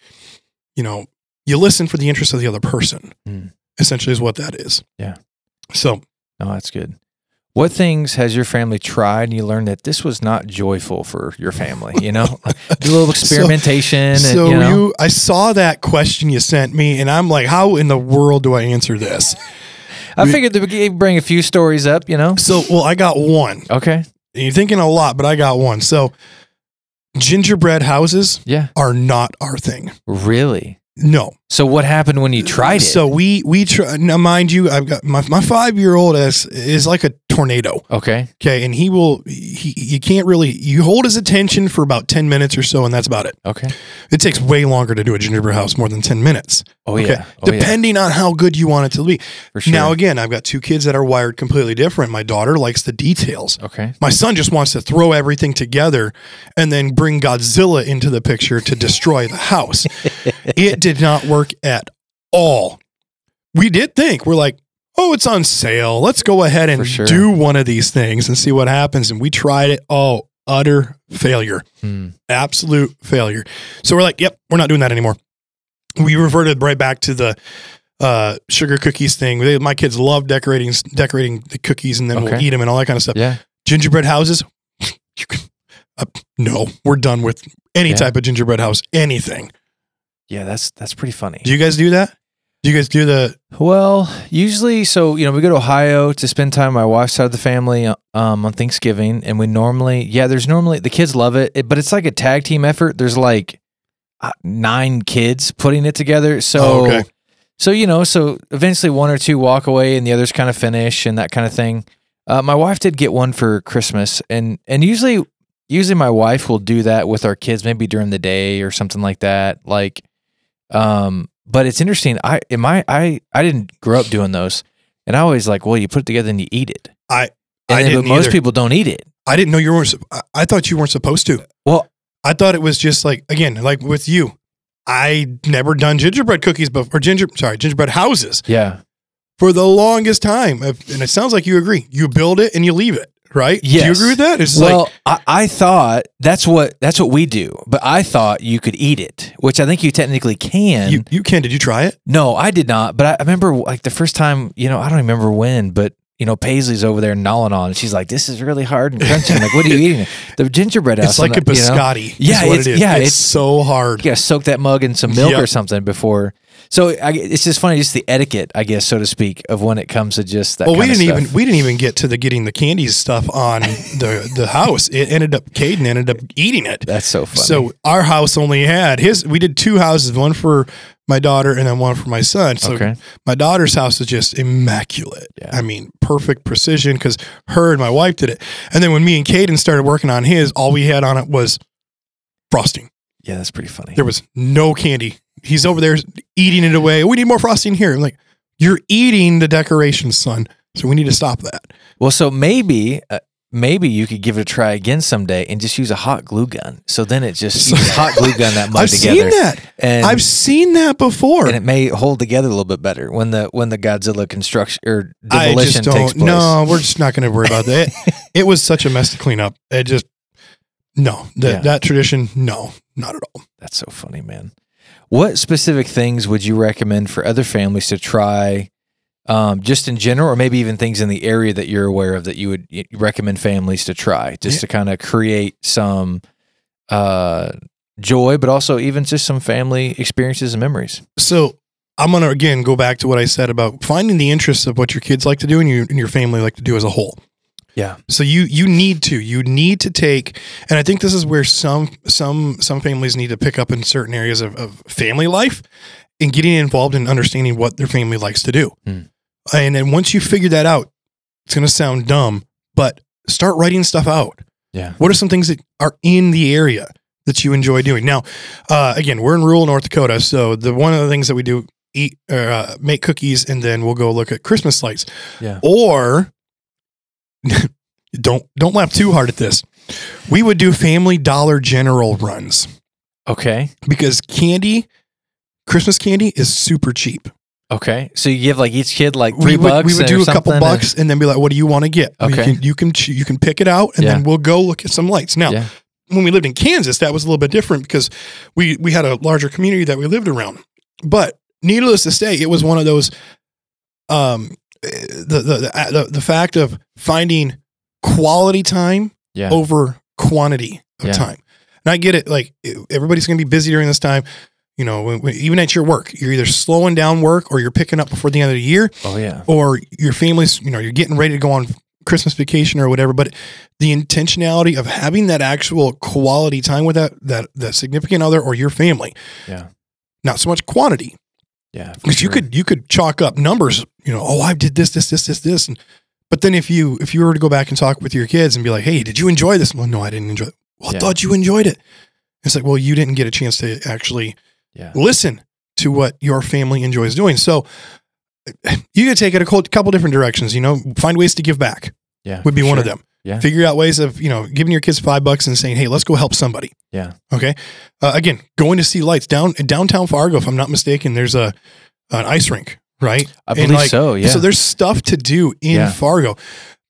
Speaker 2: you know, you listen for the interest of the other person.
Speaker 1: Mm.
Speaker 2: Essentially, is what that is.
Speaker 1: Yeah.
Speaker 2: So
Speaker 1: No, that's good. What things has your family tried and you learned that this was not joyful for your family? You know, do a little experimentation.
Speaker 2: so
Speaker 1: and, you,
Speaker 2: you,
Speaker 1: know?
Speaker 2: I saw that question you sent me, and I'm like, how in the world do I answer this?
Speaker 1: I figured that we could bring a few stories up, you know?
Speaker 2: So, well, I got one.
Speaker 1: Okay.
Speaker 2: And You're thinking a lot, but I got one. So, gingerbread houses
Speaker 1: Yeah.
Speaker 2: are not our thing.
Speaker 1: Really?
Speaker 2: No,
Speaker 1: So what happened when you tried it?
Speaker 2: So we we try now, mind you, I've got my my five year old is is like a tornado.
Speaker 1: okay.
Speaker 2: Okay, and he will he you can't really you hold his attention for about ten minutes or so, and that's about it.
Speaker 1: Okay.
Speaker 2: It takes way longer to do a gingerbread house, more than ten minutes.
Speaker 1: Oh,
Speaker 2: Okay,
Speaker 1: yeah. Oh, yeah.
Speaker 2: depending on how good you want it to be.
Speaker 1: For sure.
Speaker 2: Now again, I've got two kids that are wired completely different. My daughter likes the details.
Speaker 1: okay.
Speaker 2: My son just wants to throw everything together and then bring Godzilla into the picture to destroy the house. it did not work at all. We did think, we're like, oh, it's on sale. Let's go ahead and
Speaker 1: For sure.
Speaker 2: do one of these things and see what happens. And we tried it. Oh, utter failure,
Speaker 1: Hmm.
Speaker 2: absolute failure. So we're like, yep, we're not doing that anymore. We reverted right back to the uh, sugar cookies thing. They, my kids love decorating decorating the cookies and then we'll
Speaker 1: Okay.
Speaker 2: eat them and all that kind of stuff
Speaker 1: Yeah.
Speaker 2: gingerbread houses you can, uh, no we're done with any
Speaker 1: Yeah.
Speaker 2: type of gingerbread house anything
Speaker 1: Yeah. That's, that's pretty funny.
Speaker 2: do you guys do that do you guys do the
Speaker 1: Well, usually, so you know, we go to Ohio to spend time with my wife's side of the family um, on Thanksgiving, and we normally, yeah, there's normally the kids love it, it- but it's like a tag team effort. There's like uh, nine kids putting it together, so
Speaker 2: Oh, okay.
Speaker 1: so you know, so eventually one or two walk away, and the others kind of finish and that kind of thing. Uh, my wife did get one for Christmas, and and usually usually my wife will do that with our kids maybe during the day or something like that like um but it's interesting i in my i i didn't grow up doing those and i always like well you put it together and you eat it
Speaker 2: I-
Speaker 1: and
Speaker 2: I
Speaker 1: then,
Speaker 2: didn't
Speaker 1: but most
Speaker 2: either.
Speaker 1: people don't eat it
Speaker 2: i didn't know you weren't sup- I- i thought you weren't supposed to
Speaker 1: well
Speaker 2: i thought it was just like again like with you i never done gingerbread cookies before or ginger sorry gingerbread houses
Speaker 1: yeah
Speaker 2: for the longest time If- and it sounds like you agree you build it and you leave it right do you
Speaker 1: Yes.
Speaker 2: agree with that it's
Speaker 1: well
Speaker 2: like
Speaker 1: I, I thought that's what that's what we do but i thought you could eat it which i think you technically can
Speaker 2: you, you can did you try it
Speaker 1: no i did not but I, I remember like the first time you know i don't remember when but you know, Paisley's over there gnawing on, and she's like, "This is really hard and crunchy." I'm like, what are you eating? The gingerbread house.
Speaker 2: It's like a
Speaker 1: I'm you know?
Speaker 2: biscotti.
Speaker 1: Yeah,
Speaker 2: is what
Speaker 1: it's-
Speaker 2: it is.
Speaker 1: yeah,
Speaker 2: it's,
Speaker 1: it's-
Speaker 2: so hard.
Speaker 1: you gotta soak that mug in some milk
Speaker 2: Yep.
Speaker 1: or something before. So I, it's just funny, just the etiquette, I guess, so to speak, of when it comes to just that.
Speaker 2: well, we
Speaker 1: kinda
Speaker 2: didn't
Speaker 1: stuff.
Speaker 2: even we didn't even get to the getting the candies stuff on the the house. It ended up Caden ended up eating it.
Speaker 1: That's so funny.
Speaker 2: So our house only had his. We did two houses, one for my daughter and then one for my son. So
Speaker 1: Okay.
Speaker 2: my daughter's house was just immaculate.
Speaker 1: Yeah.
Speaker 2: I mean, perfect precision because her and my wife did it. And then when me and Caden started working on his, all we had on it was frosting.
Speaker 1: yeah, that's pretty funny.
Speaker 2: There was no candy. He's over there eating it away. We need more frosting here. I'm like, you're eating the decorations, son. So we need to stop that.
Speaker 1: Well, so maybe. Uh, Maybe you could give it a try again someday and just use a hot glue gun. So then it just you just hot glue gun that mug
Speaker 2: I've
Speaker 1: together.
Speaker 2: seen that.
Speaker 1: And
Speaker 2: I've seen that before.
Speaker 1: and it may hold together a little bit better when the when the Godzilla construction or
Speaker 2: I
Speaker 1: demolition
Speaker 2: just don't.
Speaker 1: takes place.
Speaker 2: No, we're just not going to worry about that. It, it was such a mess to clean up. It just no that
Speaker 1: Yeah.
Speaker 2: that tradition. No, not at all.
Speaker 1: That's so funny, man. What specific things would you recommend for other families to try, um, just in general, or maybe even things in the area that you're aware of that you would y- recommend families to try, just to kind of create some uh, joy, but also even just some family experiences and memories.
Speaker 2: So I'm going to again go back to what I said about finding the interests of what your kids like to do and you and your family like to do as a whole.
Speaker 1: Yeah.
Speaker 2: So you you need to you need to take, and I think this is where some some some families need to pick up in certain areas of, of family life, and getting involved in understanding what their family likes to do.
Speaker 1: Hmm.
Speaker 2: And then once you figure that out, it's going to sound dumb, but start writing stuff out.
Speaker 1: Yeah.
Speaker 2: What are some things that are in the area that you enjoy doing? Now, uh, again, we're in rural North Dakota, so the one of the things that we do eat or uh, make cookies, and then we'll go look at Christmas lights.
Speaker 1: Yeah.
Speaker 2: Or don't don't laugh too hard at this. We would do Family Dollar General runs
Speaker 1: Okay.
Speaker 2: because candy, Christmas candy, is super cheap.
Speaker 1: Okay. So you give like each kid like
Speaker 2: we
Speaker 1: three
Speaker 2: would,
Speaker 1: bucks.
Speaker 2: we would
Speaker 1: or
Speaker 2: do a couple
Speaker 1: something, and-
Speaker 2: bucks and then be like, "What do you want to get? You
Speaker 1: Okay.
Speaker 2: can you can, ch- you can pick it out, and then we'll go look at some lights." Now,
Speaker 1: Yeah.
Speaker 2: when we lived in Kansas, that was a little bit different because we we had a larger community that we lived around. But needless to say, it was one of those um eh, the the the, uh, the, the fact of finding quality time
Speaker 1: Yeah.
Speaker 2: over quantity of
Speaker 1: Yeah.
Speaker 2: time. And I get it. Like eh, everybody's going to be busy during this time. You know, when, when, even at your work, you're either slowing down work or you're picking up before the end of the year
Speaker 1: Oh yeah.
Speaker 2: or your family's, you know, you're getting ready to go on Christmas vacation or whatever, but the intentionality of having that actual quality time with that that that significant other or your family.
Speaker 1: Yeah.
Speaker 2: Not so much quantity.
Speaker 1: Yeah. for
Speaker 2: Because you
Speaker 1: sure.
Speaker 2: could you could chalk up numbers, you know, oh I did this, this, this, this, this. And but then if you if you were to go back and talk with your kids and be like, hey, did you enjoy this? Well, no, I didn't enjoy it. Well,
Speaker 1: Yeah.
Speaker 2: I thought you enjoyed it. It's like, well, you didn't get a chance to actually
Speaker 1: Yeah.
Speaker 2: listen to what your family enjoys doing. So you could take it a cou- couple different directions. You know, find ways to give back
Speaker 1: Yeah.
Speaker 2: would be
Speaker 1: Uh, for
Speaker 2: one of
Speaker 1: sure.
Speaker 2: them.
Speaker 1: Yeah.
Speaker 2: Figure out ways of you know giving your kids five bucks and saying, "Hey, let's go help somebody."
Speaker 1: Yeah.
Speaker 2: Okay. Uh, again, going to see lights down downtown Fargo, if I'm not mistaken. There's a an ice rink, right?
Speaker 1: I
Speaker 2: And,
Speaker 1: believe
Speaker 2: like,
Speaker 1: so. Yeah.
Speaker 2: So there's stuff to do in
Speaker 1: Yeah.
Speaker 2: Fargo,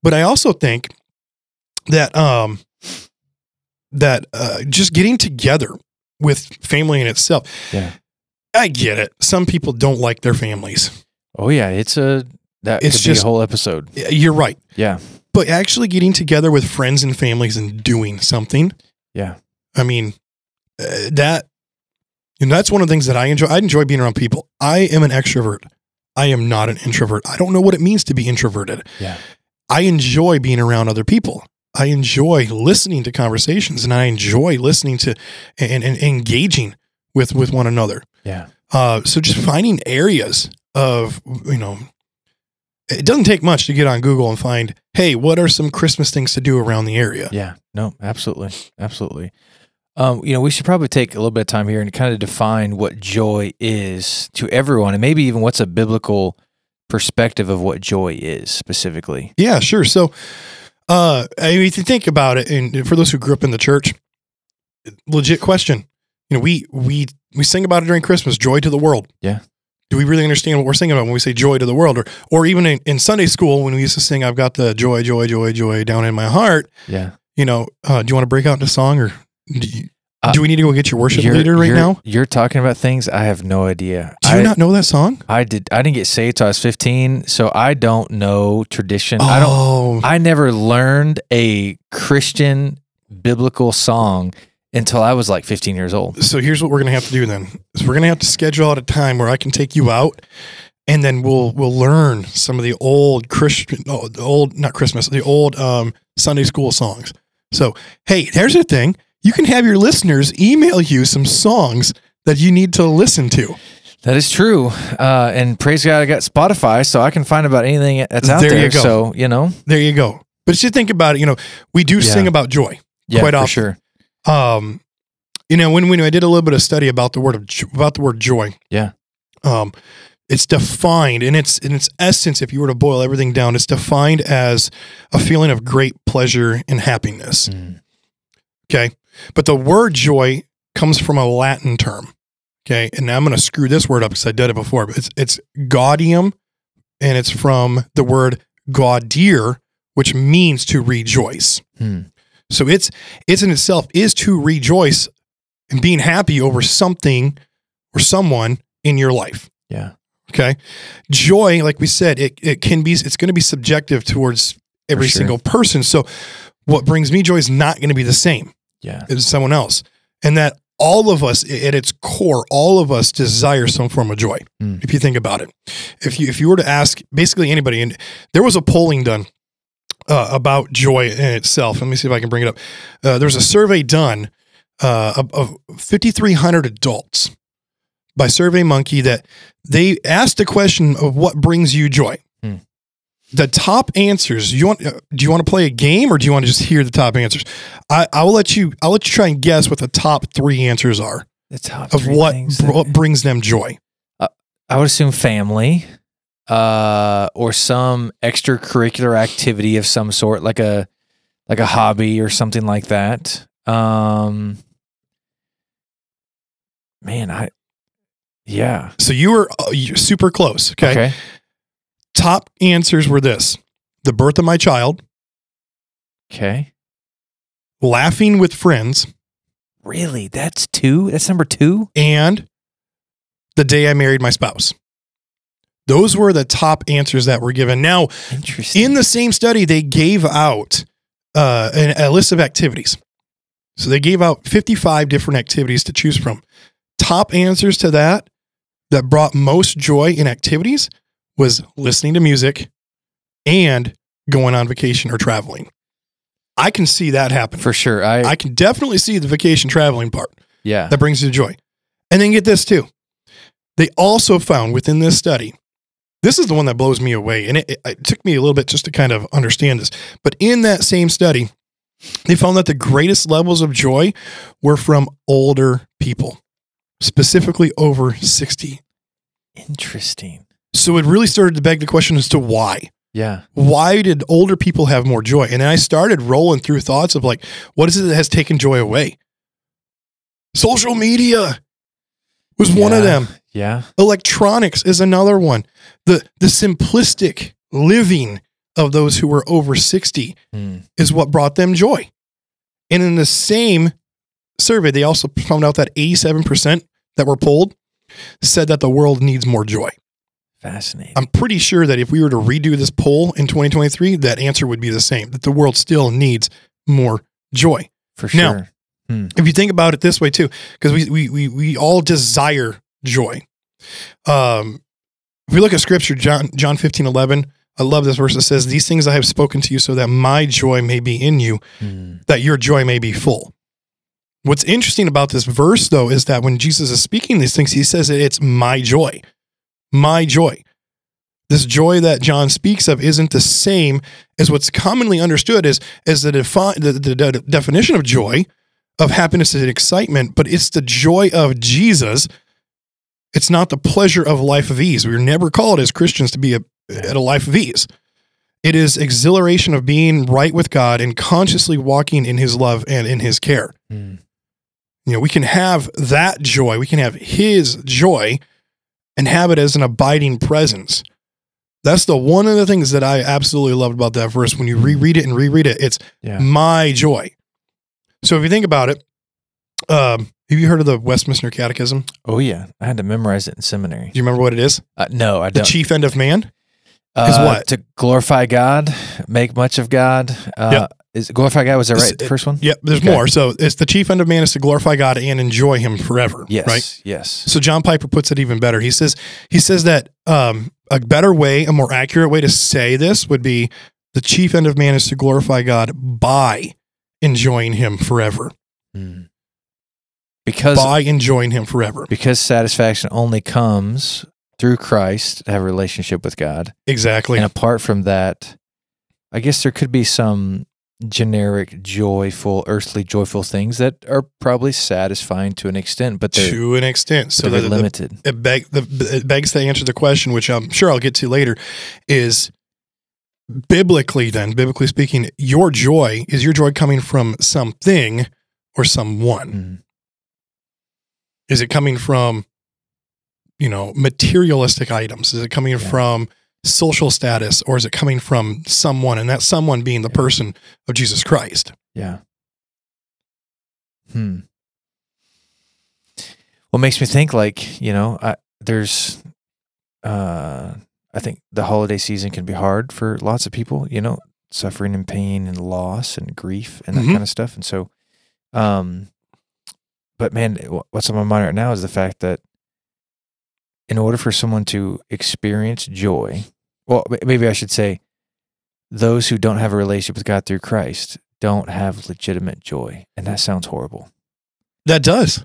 Speaker 2: but I also think that um that uh, just getting together with family in itself.
Speaker 1: Yeah.
Speaker 2: I get it. Some people don't like their families.
Speaker 1: oh yeah. It's a that
Speaker 2: It's
Speaker 1: could
Speaker 2: just-
Speaker 1: be a whole episode.
Speaker 2: Y- You're right.
Speaker 1: Yeah.
Speaker 2: But actually getting together with friends and families and doing something.
Speaker 1: Yeah.
Speaker 2: I mean, uh, that you know, that's one of the things that I enjoy. I enjoy being around people. I am an extrovert. I am not an introvert. I don't know what it means to be introverted.
Speaker 1: Yeah.
Speaker 2: I enjoy being around other people. I enjoy listening to conversations and I enjoy listening to and, and engaging with with one another.
Speaker 1: Yeah.
Speaker 2: Uh, so just finding areas of you know, it doesn't take much to get on Google and find, hey, what are some Christmas things to do around the area?
Speaker 1: Yeah. No, absolutely. Absolutely. Um, you know, we should probably take a little bit of time here and kind of define what joy is to everyone and maybe even what's a biblical perspective of what joy is specifically.
Speaker 2: Yeah, sure. So, uh, I mean, if you think about it, and for those who grew up in the church, legit question. You know, we we we sing about it during Christmas, joy to the world.
Speaker 1: Yeah.
Speaker 2: Do we really understand what we're singing about when we say joy to the world, or or even in, in Sunday school when we used to sing, "I've got the joy, joy, joy, joy down in my heart."
Speaker 1: Yeah.
Speaker 2: You know, uh, do you want to break out into song, or do you,
Speaker 1: Uh,
Speaker 2: Do we need to go get your worship
Speaker 1: You're-
Speaker 2: leader right
Speaker 1: you're-
Speaker 2: now?
Speaker 1: You're talking about things I have no idea.
Speaker 2: Do you
Speaker 1: I,
Speaker 2: not know that song?
Speaker 1: I did. I didn't get saved till I was 15, so I don't know tradition. I don't.
Speaker 2: Oh,
Speaker 1: I never learned a Christian biblical song until I was like 15 years old.
Speaker 2: so here's what we're gonna have to do then. Is we're gonna have to schedule out a time where I can take you out, and then we'll we'll learn some of the old Christian, oh, the old not Christmas, the old um, Sunday school songs. So hey, there's a thing. You can have your listeners email you some songs that you need to listen to.
Speaker 1: That is true. Uh, and praise God, I got Spotify, so I can find about anything that's out there.
Speaker 2: There you go.
Speaker 1: So you know,
Speaker 2: There you go. But just think about it. You know, we do
Speaker 1: Yeah.
Speaker 2: sing about joy.
Speaker 1: yeah,
Speaker 2: Quite
Speaker 1: for
Speaker 2: often.
Speaker 1: sure.
Speaker 2: um you know when when I did a little bit of study about the word of jo- about the word joy
Speaker 1: Yeah.
Speaker 2: um it's defined in its in its essence if you were to boil everything down it's defined as a feeling of great pleasure and happiness
Speaker 1: Mm.
Speaker 2: okay but the word joy comes from a latin term okay and now I'm going to screw this word up cuz I did it before but it's it's gaudium and it's from the word gaudier which means to rejoice
Speaker 1: Hmm.
Speaker 2: so it's it's in itself is to rejoice and being happy over something or someone in your life.
Speaker 1: Yeah.
Speaker 2: Okay. Joy, like we said, it, it can be it's gonna be subjective towards every
Speaker 1: sure.
Speaker 2: single person. So what brings me joy is not gonna be the same
Speaker 1: Yeah.
Speaker 2: as someone else. And that all of us i- at its core, all of us desire some form of joy.
Speaker 1: Mm.
Speaker 2: If you think about it, if you, if you were to ask basically anybody, and there was a polling done uh, about joy in itself. Let me see if I can bring it up. Uh, there was a survey done uh, of, of 5,300 adults by SurveyMonkey that they asked the question of what brings you joy.
Speaker 1: Hmm.
Speaker 2: The top answers. You want? uh, Do you want to play a game, or do you want to just hear the top answers? I, I will let you. I'll let you try and guess what the top three answers are
Speaker 1: The top
Speaker 2: of
Speaker 1: three
Speaker 2: what
Speaker 1: things
Speaker 2: br-
Speaker 1: that-
Speaker 2: what brings them joy.
Speaker 1: I would assume family, uh, or some extracurricular activity of some sort, like a like a hobby or something like that. Um, man, I yeah
Speaker 2: So you were uh, you're super close. Okay?
Speaker 1: okay.
Speaker 2: Top answers were this: the birth of my child,
Speaker 1: Okay.
Speaker 2: laughing with friends,
Speaker 1: Really? That's two? That's number two?
Speaker 2: and the day I married my spouse. Those were the top answers that were given. Now,
Speaker 1: Interesting.
Speaker 2: in the same study, they gave out uh, an, a list of activities. So they gave out 55 different activities to choose from. Top answers to that that brought most joy in activities was listening to music and going on vacation or traveling. I can see that happen.
Speaker 1: for sure. I,
Speaker 2: I can definitely see the vacation traveling part
Speaker 1: yeah.
Speaker 2: that brings you joy. And then get this too. They also found within this study, this is the one that blows me away. And it, it, it took me a little bit just to kind of understand this. But in that same study, they found that the greatest levels of joy were from older people, specifically over 60.
Speaker 1: Interesting.
Speaker 2: So it really started to beg the question as to why
Speaker 1: Yeah.
Speaker 2: why did older people have more joy? And then I started rolling through thoughts of like, what is it that has taken joy away? Social media was one of
Speaker 1: Yeah.
Speaker 2: them.
Speaker 1: Yeah.
Speaker 2: Electronics is another one. The the simplistic living of those who were over 60
Speaker 1: Hmm.
Speaker 2: is what brought them joy. And in the same survey, they also found out that 87% that were polled said that the world needs more joy.
Speaker 1: Fascinating.
Speaker 2: I'm pretty sure that if we were to redo this poll in 2023, that answer would be the same that the world still needs more joy.
Speaker 1: for sure.
Speaker 2: now- If you think about it this way, too, because we, we, we, we all desire joy. Um, if we look at scripture, John, John 15, 11, I love this verse. It says, These things I have spoken to you so that my joy may be in you,
Speaker 1: Hmm.
Speaker 2: that your joy may be full. What's interesting about this verse, though, is that when Jesus is speaking these things, he says that it's my joy, my joy. This joy that John speaks of isn't the same as what's commonly understood as, as the, defi- the, the, the definition of joy, of happiness and excitement, but it's the joy of Jesus. It's not the pleasure of life of ease. We were never called as Christians to be a, at a life of ease. It is exhilaration of being right with God and consciously walking in his love and in his care.
Speaker 1: Hmm.
Speaker 2: You know, we can have that joy, we can have his joy and have it as an abiding presence. That's the one of the things that I absolutely loved about that verse. When you reread it and reread it, it's
Speaker 1: Yeah.
Speaker 2: my joy. So if you think about it, Um, have you heard of the Westminster Catechism? Do
Speaker 1: Oh yeah, I had to memorize it in seminary.
Speaker 2: you remember what it is?
Speaker 1: Uh, no, I
Speaker 2: The
Speaker 1: don't.
Speaker 2: chief end of man.
Speaker 1: is
Speaker 2: what?
Speaker 1: Uh, to glorify God, make much of God. Uh, Is glorify God was that
Speaker 2: It's-
Speaker 1: right? the first one.
Speaker 2: Yep, there's
Speaker 1: Okay.
Speaker 2: more. So it's the chief end of man is to glorify God and enjoy Him forever.
Speaker 1: Yes.
Speaker 2: Right.
Speaker 1: Yes.
Speaker 2: So John Piper puts it even better. He says he says that um, a better way, a more accurate way to say this would be the chief end of man is to glorify God by enjoying Him forever.
Speaker 1: Mm. Because
Speaker 2: By enjoying Him forever.
Speaker 1: because satisfaction only comes through Christ to have a relationship with God.
Speaker 2: Exactly.
Speaker 1: and apart from that, I guess there could be some generic, joyful, earthly, joyful things that are probably satisfying to an extent, but they're,
Speaker 2: to an extent. So
Speaker 1: they're
Speaker 2: the, the,
Speaker 1: limited.
Speaker 2: it, beg, the, it begs to answer the question, which I'm sure I'll get to later, is biblically then, biblically speaking, your joy, is your joy coming from something or someone?
Speaker 1: Mm.
Speaker 2: Is it coming from, you know, materialistic items? Is it coming
Speaker 1: Yeah.
Speaker 2: from social status or is it coming from someone? And that someone being the
Speaker 1: Yeah.
Speaker 2: person of Jesus Christ.
Speaker 1: Yeah. Hmm. What makes me think, like, you know, I, there's, uh, I think the holiday season can be hard for lots of people, you know, suffering and pain and loss and grief and that
Speaker 2: Mhm.
Speaker 1: kind of stuff. And so, um, but man, wh- what's on my mind right now is the fact that in order for someone to experience joy, well, m- maybe I should say those who don't have a relationship with God through Christ don't have legitimate joy. And that sounds horrible.
Speaker 2: That does.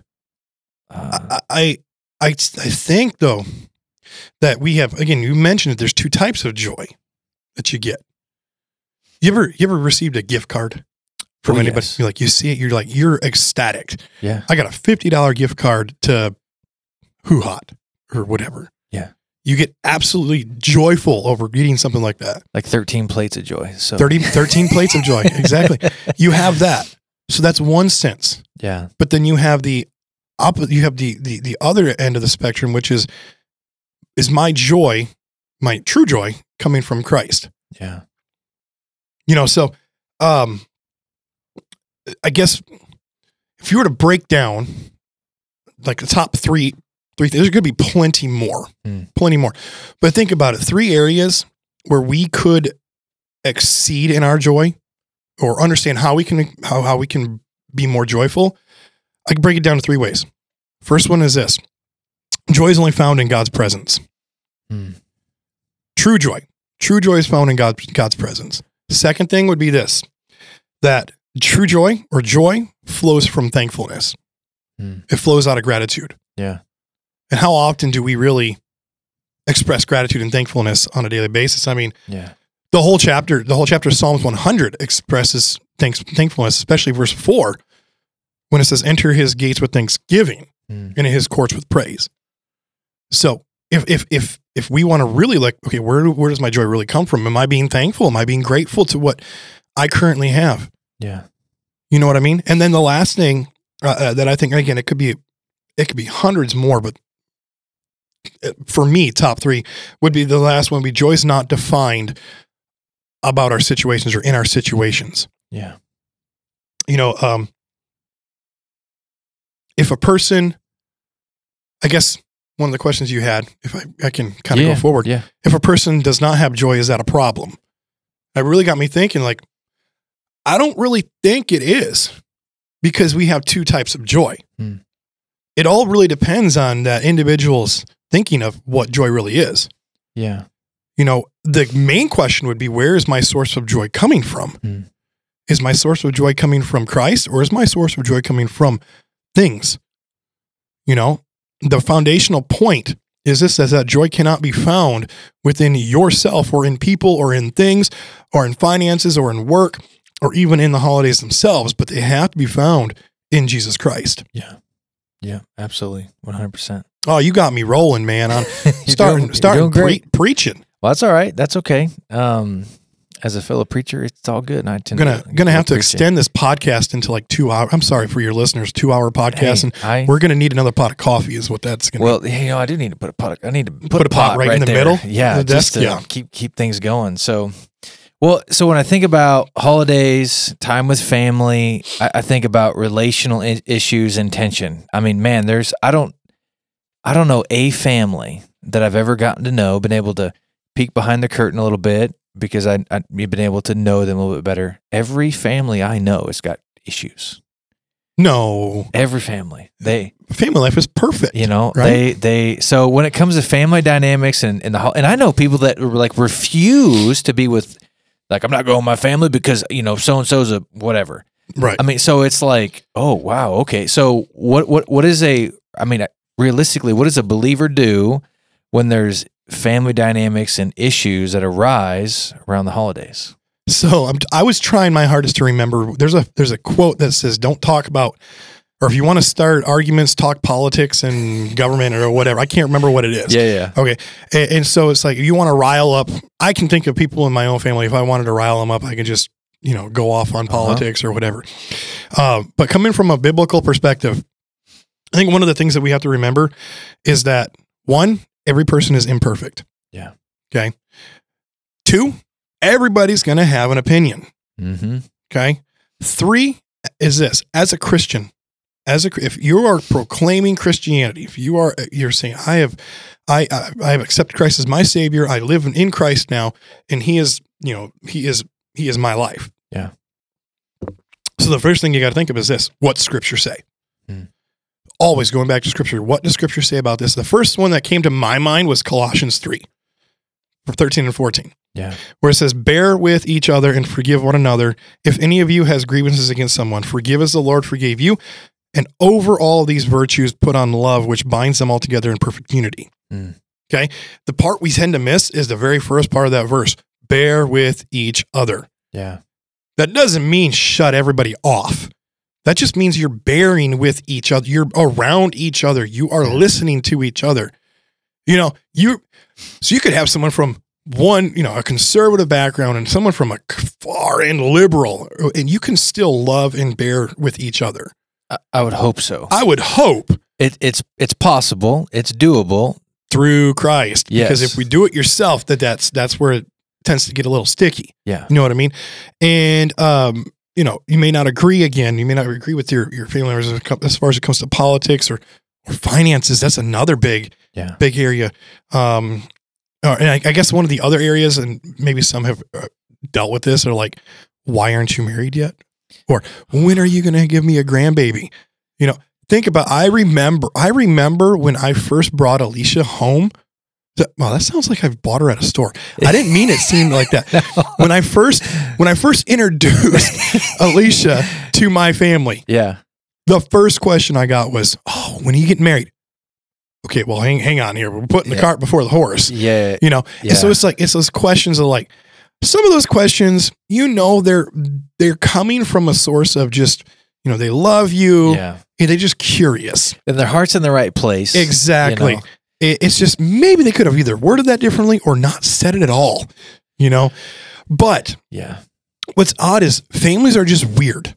Speaker 1: Uh,
Speaker 2: I, I, I I think though that we have again. You mentioned that there's two types of joy that you get. You ever you ever received a gift card from
Speaker 1: Oh,
Speaker 2: anybody?
Speaker 1: yes.
Speaker 2: You're like you see it, you're like you're ecstatic.
Speaker 1: yeah.
Speaker 2: I got a fifty dollar gift card to Hoo Hot or whatever.
Speaker 1: Yeah.
Speaker 2: You get absolutely joyful over getting something like that.
Speaker 1: Like 13 plates of joy. So
Speaker 2: 30, 13 plates of joy. Exactly. You have that. So that's one sense.
Speaker 1: Yeah.
Speaker 2: but then you have the op- you have the, the the other end of the spectrum which is is my joy my true joy coming from christ
Speaker 1: Yeah.
Speaker 2: you know so um i guess if you were to break down like the top three three there's going to be plenty more
Speaker 1: Hmm.
Speaker 2: plenty more but think about it three areas where we could exceed in our joy or understand how we can how, how we can be more joyful i can break it down to three ways first one is this joy is only found in god's presence
Speaker 1: Hmm.
Speaker 2: true joy true joy is found in god's god's presence second thing would be this that true joy or joy flows from thankfulness
Speaker 1: Hmm.
Speaker 2: it flows out of gratitude
Speaker 1: Yeah.
Speaker 2: and how often do we really express gratitude and thankfulness on a daily basis i mean
Speaker 1: Yeah.
Speaker 2: the whole chapter, the whole chapter of Psalms 100 expresses thanks, thankfulness, especially verse four, when it says, "Enter his gates with thanksgiving
Speaker 1: Mm.
Speaker 2: and his courts with praise." So, if if if if we want to really like, okay, where where does my joy really come from? Am I being thankful? Am I being grateful to what I currently have?
Speaker 1: Yeah.
Speaker 2: You know what I mean? And then the last thing uh, uh, that I think, and again, it could be it could be hundreds more, but uh, for me, top three would be the last one. Would be joy's not defined about our situations or in our situations.
Speaker 1: Yeah.
Speaker 2: You know, um, if a person, I guess one of the questions you had, if I, I can kind of
Speaker 1: yeah.
Speaker 2: go forward,
Speaker 1: Yeah.
Speaker 2: if a person does not have joy, is that a problem? That really got me thinking, like, I don't really think it is because we have two types of joy.
Speaker 1: Hmm.
Speaker 2: It all really depends on that individual's thinking of what joy really is.
Speaker 1: Yeah.
Speaker 2: You know, the main question would be where is my source of joy coming from?
Speaker 1: Hmm.
Speaker 2: Is my source of joy coming from Christ or is my source of joy coming from things? You know, the foundational point is this is that joy cannot be found within yourself or in people or in things or in finances or in work or even in the holidays themselves, but they have to be found in Jesus Christ.
Speaker 1: Yeah. Absolutely. 100%.
Speaker 2: Oh, you got me rolling, man. I'm
Speaker 1: You're
Speaker 2: starting
Speaker 1: doing- you're
Speaker 2: starting
Speaker 1: doing great.
Speaker 2: pre- preaching.
Speaker 1: Well, that's all right. That's okay. Um, as a fellow preacher, it's all good. And I
Speaker 2: I'm
Speaker 1: tend
Speaker 2: gonna
Speaker 1: to
Speaker 2: gonna have to
Speaker 1: appreciate it.
Speaker 2: extend this podcast into like two hours. I'm sorry for your listeners, two hour podcast,
Speaker 1: Hey,
Speaker 2: and
Speaker 1: I,
Speaker 2: we're gonna need another pot of coffee. Is what that's gonna.
Speaker 1: Well, you know, I do need to put a pot. I need to put,
Speaker 2: Put a pot right in the
Speaker 1: there.
Speaker 2: middle?
Speaker 1: Yeah,
Speaker 2: The
Speaker 1: just
Speaker 2: desk?
Speaker 1: to
Speaker 2: Yeah.
Speaker 1: keep keep things going. So, Well, so when I think about holidays, time with family, I, I think about relational I- issues and tension. I mean, man, there's I don't I don't know a family that I've ever gotten to know, been able to peek behind the curtain a little bit because I, I've been able to know them a little bit better. Every family I know has got issues.
Speaker 2: No,
Speaker 1: Every family, they
Speaker 2: family life is perfect.
Speaker 1: you know
Speaker 2: right?
Speaker 1: they they so when it comes to family dynamics and and the hol- and I know people that were like refuse to be with like I'm not going with my family because you know so and so's a whatever.
Speaker 2: right.
Speaker 1: I mean, so it's like oh wow okay. So what what what is a I mean uh, realistically what does a believer do when there's family dynamics and issues that arise around the holidays?
Speaker 2: So I'm, I was trying my hardest to remember. There's a there's a quote that says, "Don't talk about," or if you want to start arguments, talk politics and government or whatever. I can't remember what it is.
Speaker 1: yeah.
Speaker 2: Okay. And, and so it's like if you want to rile up. I can think of people in my own family. If I wanted to rile them up, I could just you know go off on politics or whatever. Um, but coming from a biblical perspective, I think one of the things that we have to remember is that one, every person is imperfect.
Speaker 1: Yeah.
Speaker 2: Okay. Two, everybody's going to have an opinion.
Speaker 1: Mm-hmm.
Speaker 2: Okay. Three is this as a Christian, as a if you are proclaiming Christianity, if you are you're saying I have, I I, I have accepted Christ as my Savior. I live in Christ now, and He is you know He is He is my life.
Speaker 1: Yeah.
Speaker 2: So the first thing you got to think of is this: What Scripture say?
Speaker 1: Hmm.
Speaker 2: Always going back to Scripture. What does Scripture say about this? The first one that came to my mind was Colossians three, thirteen and fourteen
Speaker 1: Yeah.
Speaker 2: where it says, Bear with each other and forgive one another. If any of you has grievances against someone, forgive as the Lord forgave you. And over all these virtues, put on love, which binds them all together in perfect unity.
Speaker 1: Mm.
Speaker 2: Okay. The part we tend to miss is the very first part of that verse bear with each other.
Speaker 1: Yeah.
Speaker 2: That doesn't mean shut everybody off. That just means you're bearing with each other. You're around each other. You are listening to each other. You know, you so you could have someone from one, you know, a conservative background and someone from a far end liberal, uh, and you can still love and bear with each other.
Speaker 1: I, I would hope so.
Speaker 2: I would hope
Speaker 1: It, it's it's possible. It's doable.
Speaker 2: through Christ, because
Speaker 1: Yes.
Speaker 2: if we do it yourself, that that's that's where it tends to get a little sticky.
Speaker 1: Yeah.
Speaker 2: You know what I mean? And um, you know, you may not agree again. You may not agree with your your family members as it com- as far as it comes to politics or or finances. That's another big
Speaker 1: Yeah.
Speaker 2: big area. Um, uh, and I, I guess one of the other areas, and maybe some have uh, dealt with this, are like, why aren't you married yet? Or when are you going to give me a grandbaby? You know, think about. I remember. I remember when I first brought Alicia home. That, wow, that sounds like I've bought her at a store. I didn't mean it seemed like that. When I first when I first introduced Alicia to my family,
Speaker 1: Yeah.
Speaker 2: the first question I got was, "Oh, when are you getting married?" Okay, well, hang hang on here. We're putting the
Speaker 1: Yeah.
Speaker 2: cart before the horse,
Speaker 1: Yeah.
Speaker 2: you know.
Speaker 1: Yeah.
Speaker 2: And so it's like it's those questions of like some of those questions, you know, they're they're coming from a source of just you know they love you
Speaker 1: yeah.
Speaker 2: and they're just curious.
Speaker 1: And their heart's in the right place.
Speaker 2: Exactly.
Speaker 1: know.
Speaker 2: It- it's just maybe they could have either worded that differently or not said it at all, you know. But
Speaker 1: Yeah.
Speaker 2: what's odd is families are just weird.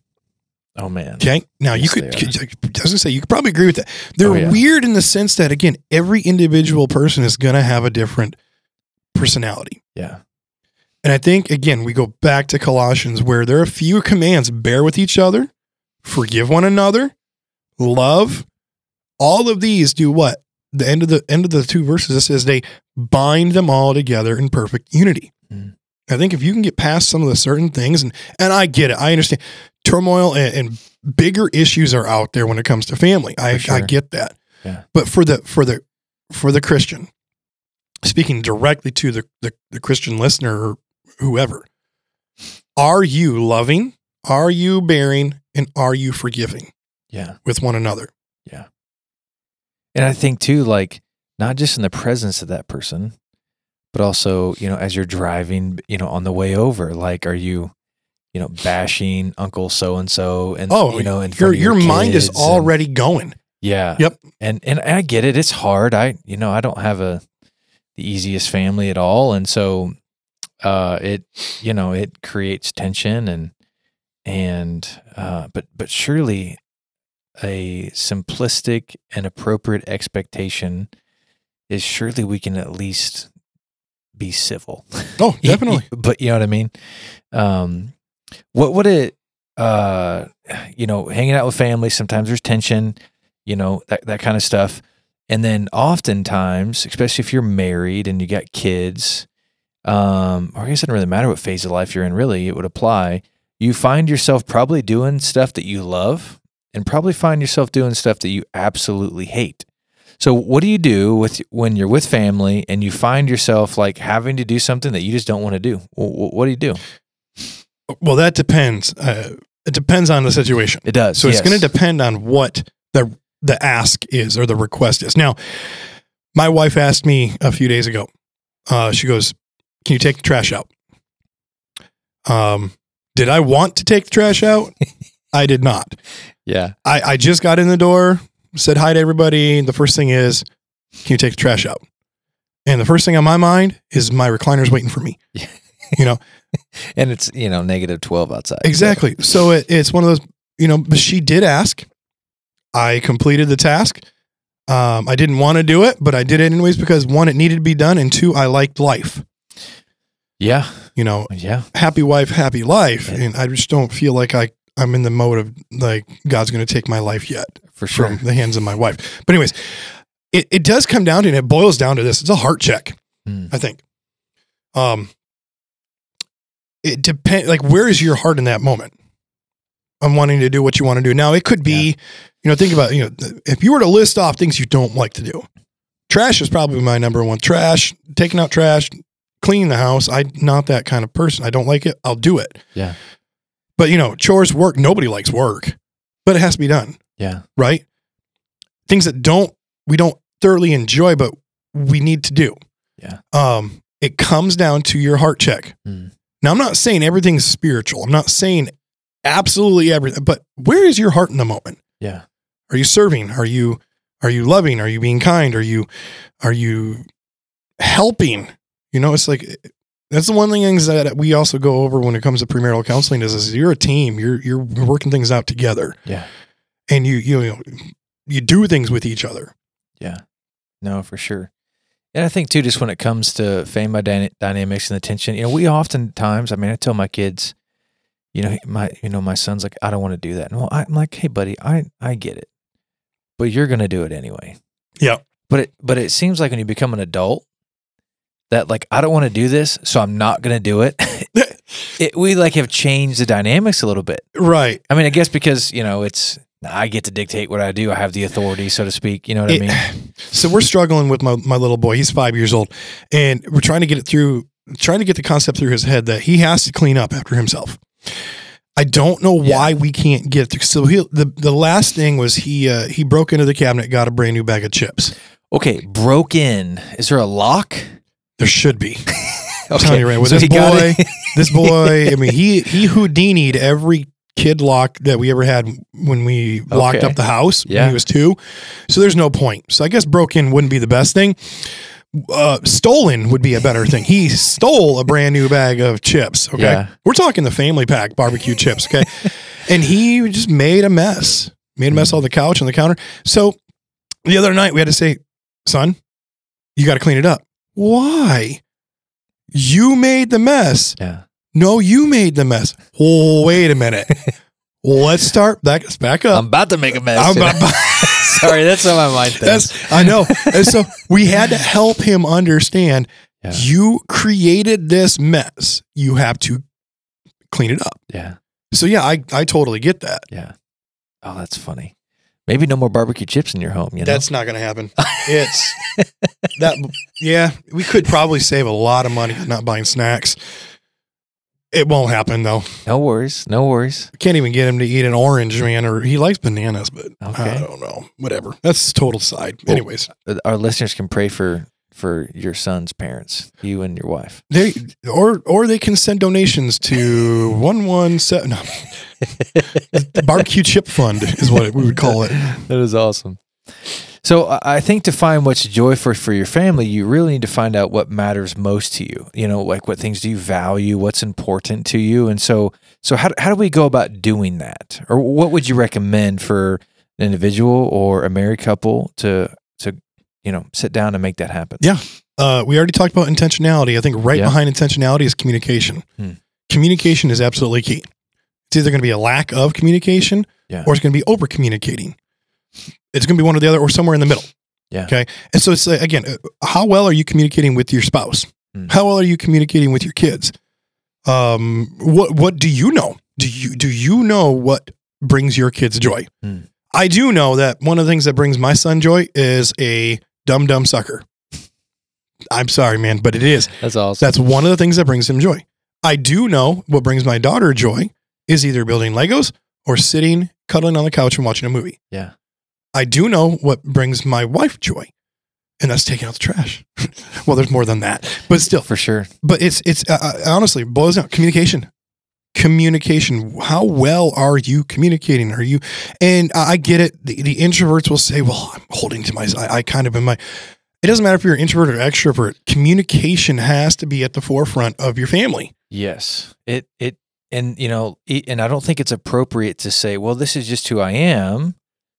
Speaker 1: Oh man.
Speaker 2: Okay. Now
Speaker 1: Yes,
Speaker 2: you could,
Speaker 1: they
Speaker 2: I was gonna say, you could probably agree with that. They're
Speaker 1: Oh, yeah.
Speaker 2: weird in the sense that, again, every individual person is going to have a different personality.
Speaker 1: Yeah.
Speaker 2: And I think, again, we go back to Colossians where there are a few commands bear with each other, forgive one another, love. All of these do what? The end of the end of the two verses it says they bind them all together in perfect unity.
Speaker 1: Mm.
Speaker 2: I think if you can get past some of the certain things, and and I get it, I understand turmoil and, and bigger issues are out there when it comes to family. I,
Speaker 1: For
Speaker 2: I
Speaker 1: sure.
Speaker 2: get that.
Speaker 1: Yeah.
Speaker 2: But for the for the for the Christian, speaking directly to the, the, the Christian listener or whoever, are you loving? Are you bearing? And are you forgiving
Speaker 1: Yeah.
Speaker 2: with one another?
Speaker 1: And I think too, like not just in the presence of that person, but also you know as you're driving, you know on the way over, like are you, you know, bashing Uncle so and so, and
Speaker 2: Oh,
Speaker 1: you know, and
Speaker 2: Your, your, mind is already going.
Speaker 1: yeah.
Speaker 2: Yep.
Speaker 1: And and I get it. It's hard. I you know I don't have a the easiest family at all, and so uh, it you know it creates tension and and uh, but but surely a simplistic and appropriate expectation is surely we can at least be civil.
Speaker 2: Oh, definitely.
Speaker 1: but you know what I mean? Um, what would it, uh, you know, hanging out with family, sometimes there's tension, you know, that, that kind of stuff. And then oftentimes, especially if you're married and you got kids, um, or I guess it doesn't really matter what phase of life you're in, really, it would apply. You find yourself probably doing stuff that you love and probably find yourself doing stuff that you absolutely hate. So what do you do with when you're with family and you find yourself like having to do something that you just don't want to do? Wh- wh- What do you do?
Speaker 2: Well, that depends. Uh, it depends on the situation.
Speaker 1: It does.
Speaker 2: So it's going
Speaker 1: yes.
Speaker 2: to depend on what the the ask is or the request is. Now, my wife asked me a few days ago. Uh, she goes, "Can you take the trash out?" Um, did I want to take the trash out? I did not.
Speaker 1: Yeah.
Speaker 2: I, I just got in the door, said hi to everybody. The first thing is, can you take the trash out? And the first thing on my mind is my recliner's waiting for me.
Speaker 1: And it's you know negative twelve outside.
Speaker 2: Exactly. So it, it's one of those, you know, but she did ask. I completed the task. Um, I didn't want to do it, but I did it anyways because one, it needed to be done, and two, I liked life.
Speaker 1: Yeah.
Speaker 2: You know,
Speaker 1: Yeah.
Speaker 2: happy wife, happy life.
Speaker 1: Yeah.
Speaker 2: And I just don't feel like I, I'm in the mode of like God's going to take my life yet.
Speaker 1: For sure.
Speaker 2: from the hands of my wife. But anyways, it, it does come down to and it boils down to this. It's a heart check,
Speaker 1: Hmm.
Speaker 2: I think. Um it depends like where is your heart in that moment? I'm wanting to do what you want to do. Now it could be, you know, think about, you know, th- if you were to list off things you don't like to do. Trash is probably my number one. Trash, taking out trash, cleaning the house. I'm not that kind of person. I don't like it. I'll do it.
Speaker 1: Yeah.
Speaker 2: But you know, chores, work, nobody likes work. But it has to be done
Speaker 1: Yeah.
Speaker 2: right? Things that don't we don't thoroughly enjoy, but we need to do.
Speaker 1: Yeah.
Speaker 2: Um, it comes down to your heart check.
Speaker 1: Mm.
Speaker 2: Now, I'm not saying everything's spiritual. I'm not saying absolutely everything, but where is your heart in the moment?
Speaker 1: Yeah.
Speaker 2: Are you serving? Are you are you loving? Are you being kind? Are you are you helping? You know, it's like that's the one thing things that we also go over when it comes to premarital counseling is, is you're a team. You're you're working things out together
Speaker 1: Yeah.
Speaker 2: and you you know you do things with each other.
Speaker 1: Yeah. No, for sure. And I think too, just when it comes to family dyna- dynamics and the tension, you know, we oftentimes, I mean, I tell my kids, you know, my, you know, my son's like, I don't want to do that. And well, I'm like, hey, buddy, I, I get it, but you're gonna do it anyway.
Speaker 2: Yeah.
Speaker 1: But it, but it seems like when you become an adult, that like I don't want to do this, so I'm not gonna do it. it. We like have changed the dynamics a little bit.
Speaker 2: Right.
Speaker 1: I mean, I guess because you know it's I get to dictate what I do. I have the authority, so to speak. You know what I
Speaker 2: It-
Speaker 1: mean?
Speaker 2: So we're struggling with my, my little boy. He's five years old, and we're trying to get it through, trying to get the concept through his head that he has to clean up after himself. I don't know
Speaker 1: Yeah.
Speaker 2: why we can't get through. So he, the the last thing was he uh, he broke into the cabinet, got a brand new bag of chips.
Speaker 1: Okay, broke in. Is there a lock?
Speaker 2: There should be.
Speaker 1: Okay.
Speaker 2: I'm telling you right, with
Speaker 1: so
Speaker 2: this
Speaker 1: he got
Speaker 2: boy,
Speaker 1: it.
Speaker 2: this boy. I mean, he he Houdini'd every kid lock that we ever had when we locked
Speaker 1: Okay.
Speaker 2: up the house
Speaker 1: Yeah.
Speaker 2: when he was two. So there's no point. So I guess broke in wouldn't be the best thing. Uh, stolen would be a better thing. He stole a brand new bag of chips. Okay,
Speaker 1: Yeah.
Speaker 2: we're talking the family pack barbecue chips. Okay, and he just made a mess. Made a
Speaker 1: Mm.
Speaker 2: mess on the couch on the counter. So the other night we had to say, son, you got to clean it up. Why? You made the mess.
Speaker 1: Yeah.
Speaker 2: No, you made the mess. Oh, wait a minute. Let's start back back up.
Speaker 1: I'm about to make a mess.
Speaker 2: I'm about-
Speaker 1: Sorry, that's on my mind. That's,
Speaker 2: That's I know. And so we had to help him understand
Speaker 1: Yeah.
Speaker 2: you created this mess. You have to clean it up.
Speaker 1: yeah.
Speaker 2: So yeah, I, I totally get that.
Speaker 1: Yeah. Oh, that's funny. Maybe no more barbecue chips in your home. You know?
Speaker 2: That's not gonna happen. It's that yeah, we could probably save a lot of money not buying snacks. It won't happen though.
Speaker 1: no worries. No worries.
Speaker 2: Can't even get him to eat an orange, man, or he likes bananas, but
Speaker 1: Okay.
Speaker 2: I don't know. Whatever. That's total side.
Speaker 1: Well-
Speaker 2: Anyways,
Speaker 1: Uh, Our listeners can pray for for your son's parents, you and your wife.
Speaker 2: they or or they can send donations to one one seven no, the barbecue chip fund is what we would call it.
Speaker 1: That is awesome. So I- I think to find what's joyful for your family, you really need to find out what matters most to you. You know, like what things do you value, what's important to you, and so so how how do we go about doing that, or what would you recommend for an individual or a married couple to to you know, sit down and make that happen.
Speaker 2: Yeah. Uh, we already talked about intentionality. I think right
Speaker 1: Yeah.
Speaker 2: behind intentionality is communication.
Speaker 1: Hmm.
Speaker 2: Communication is absolutely key. It's either going to be a lack of communication
Speaker 1: Yeah.
Speaker 2: or it's going to be over communicating. It's going to be one or the other or somewhere in the middle.
Speaker 1: Yeah.
Speaker 2: Okay. And so it's uh, again, uh, how well are you communicating with your spouse?
Speaker 1: Hmm.
Speaker 2: How well are you communicating with your kids? Um, what what do you know? Do you do you know what brings your kids joy?
Speaker 1: Hmm.
Speaker 2: I do know that one of the things that brings my son joy is a dumb dumb sucker. I'm sorry, man, but it is.
Speaker 3: That's awesome.
Speaker 2: That's one of the things that brings him joy. I do know what brings my daughter joy is either building Legos or sitting, cuddling on the couch and watching a movie.
Speaker 1: Yeah.
Speaker 2: I do know what brings my wife joy, and that's taking out the trash. well, there's more than that, but still,
Speaker 1: For sure.
Speaker 2: but it's it's uh, uh, honestly boils down communication. Communication. How well are you communicating? Are you? And I I get it. The, the introverts will say, "Well, I'm holding to my. I, I kind of in my." It doesn't matter if you're an introvert or extrovert. Communication has to be at the forefront of your family.
Speaker 1: Yes. It it and you know, it, and I don't think it's appropriate to say, well, this is just who I am,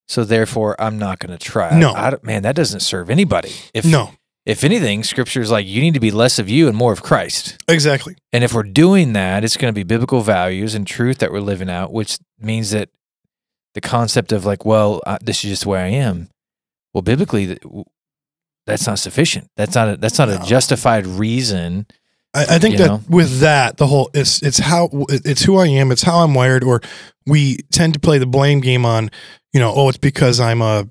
Speaker 1: so therefore I'm not going to try.
Speaker 2: No.
Speaker 1: I don't- man, that doesn't serve anybody. If
Speaker 2: no,
Speaker 1: if anything, scripture is like you need to be less of you and more of Christ.
Speaker 2: exactly.
Speaker 1: And if we're doing that, it's going to be biblical values and truth that we're living out, which means that the concept of like, well, uh, this is just the way I am. Well, biblically, th- w- that's not sufficient. That's not a, that's not
Speaker 2: No.
Speaker 1: a justified reason.
Speaker 2: I, I think
Speaker 1: You
Speaker 2: that
Speaker 1: know?
Speaker 2: with that, the whole it's it's how it's who I am, it's how I'm wired, or we tend to play the blame game on, you know, oh, it's because I'm a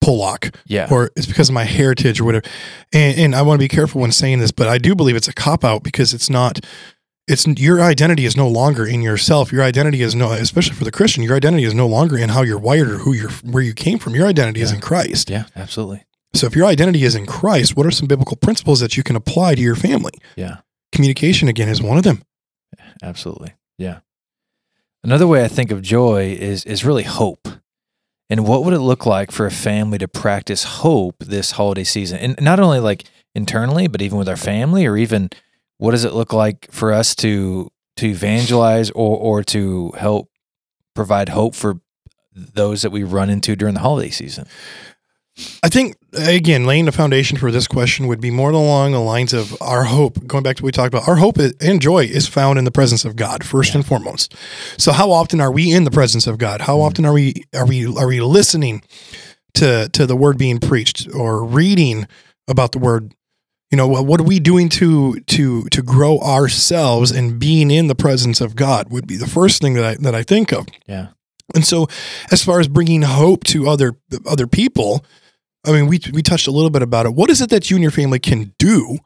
Speaker 2: Pollock.
Speaker 1: Yeah.
Speaker 2: or it's because of my heritage or whatever. And, and I want to be careful when saying this, but I do believe it's a cop out because it's not. It's your identity is no longer in yourself. Your identity is no, especially for the Christian, your identity is no longer in how you're wired or who you're, where you came from. Your identity is
Speaker 1: Yeah.
Speaker 2: in Christ.
Speaker 1: yeah, absolutely.
Speaker 2: So if your identity is in Christ, what are some biblical principles that you can apply to your family?
Speaker 1: Yeah.
Speaker 2: Communication again is one of them.
Speaker 1: Absolutely. Yeah. Another way I think of joy is is really hope. And what would it look like for a family to practice hope this holiday season? And not only like internally, but even with our family or even what does it look like for us to to evangelize or or to help provide hope for those that we run into during the holiday season?
Speaker 2: I think again, laying the foundation for this question would be more along the lines of our hope. Going back to what we talked about, our hope is- and joy is found in the presence of God first and foremost. So, how often are we in the presence of God? How often are we are we are we listening to to the word being preached or reading about the word? You know, what, what are we doing to to to grow ourselves and being in the presence of God would be the first thing that I that I think of.
Speaker 1: Yeah.
Speaker 2: And so, as far as bringing hope to other other people, I mean, we we touched a little bit about it. What is it that you and your family can do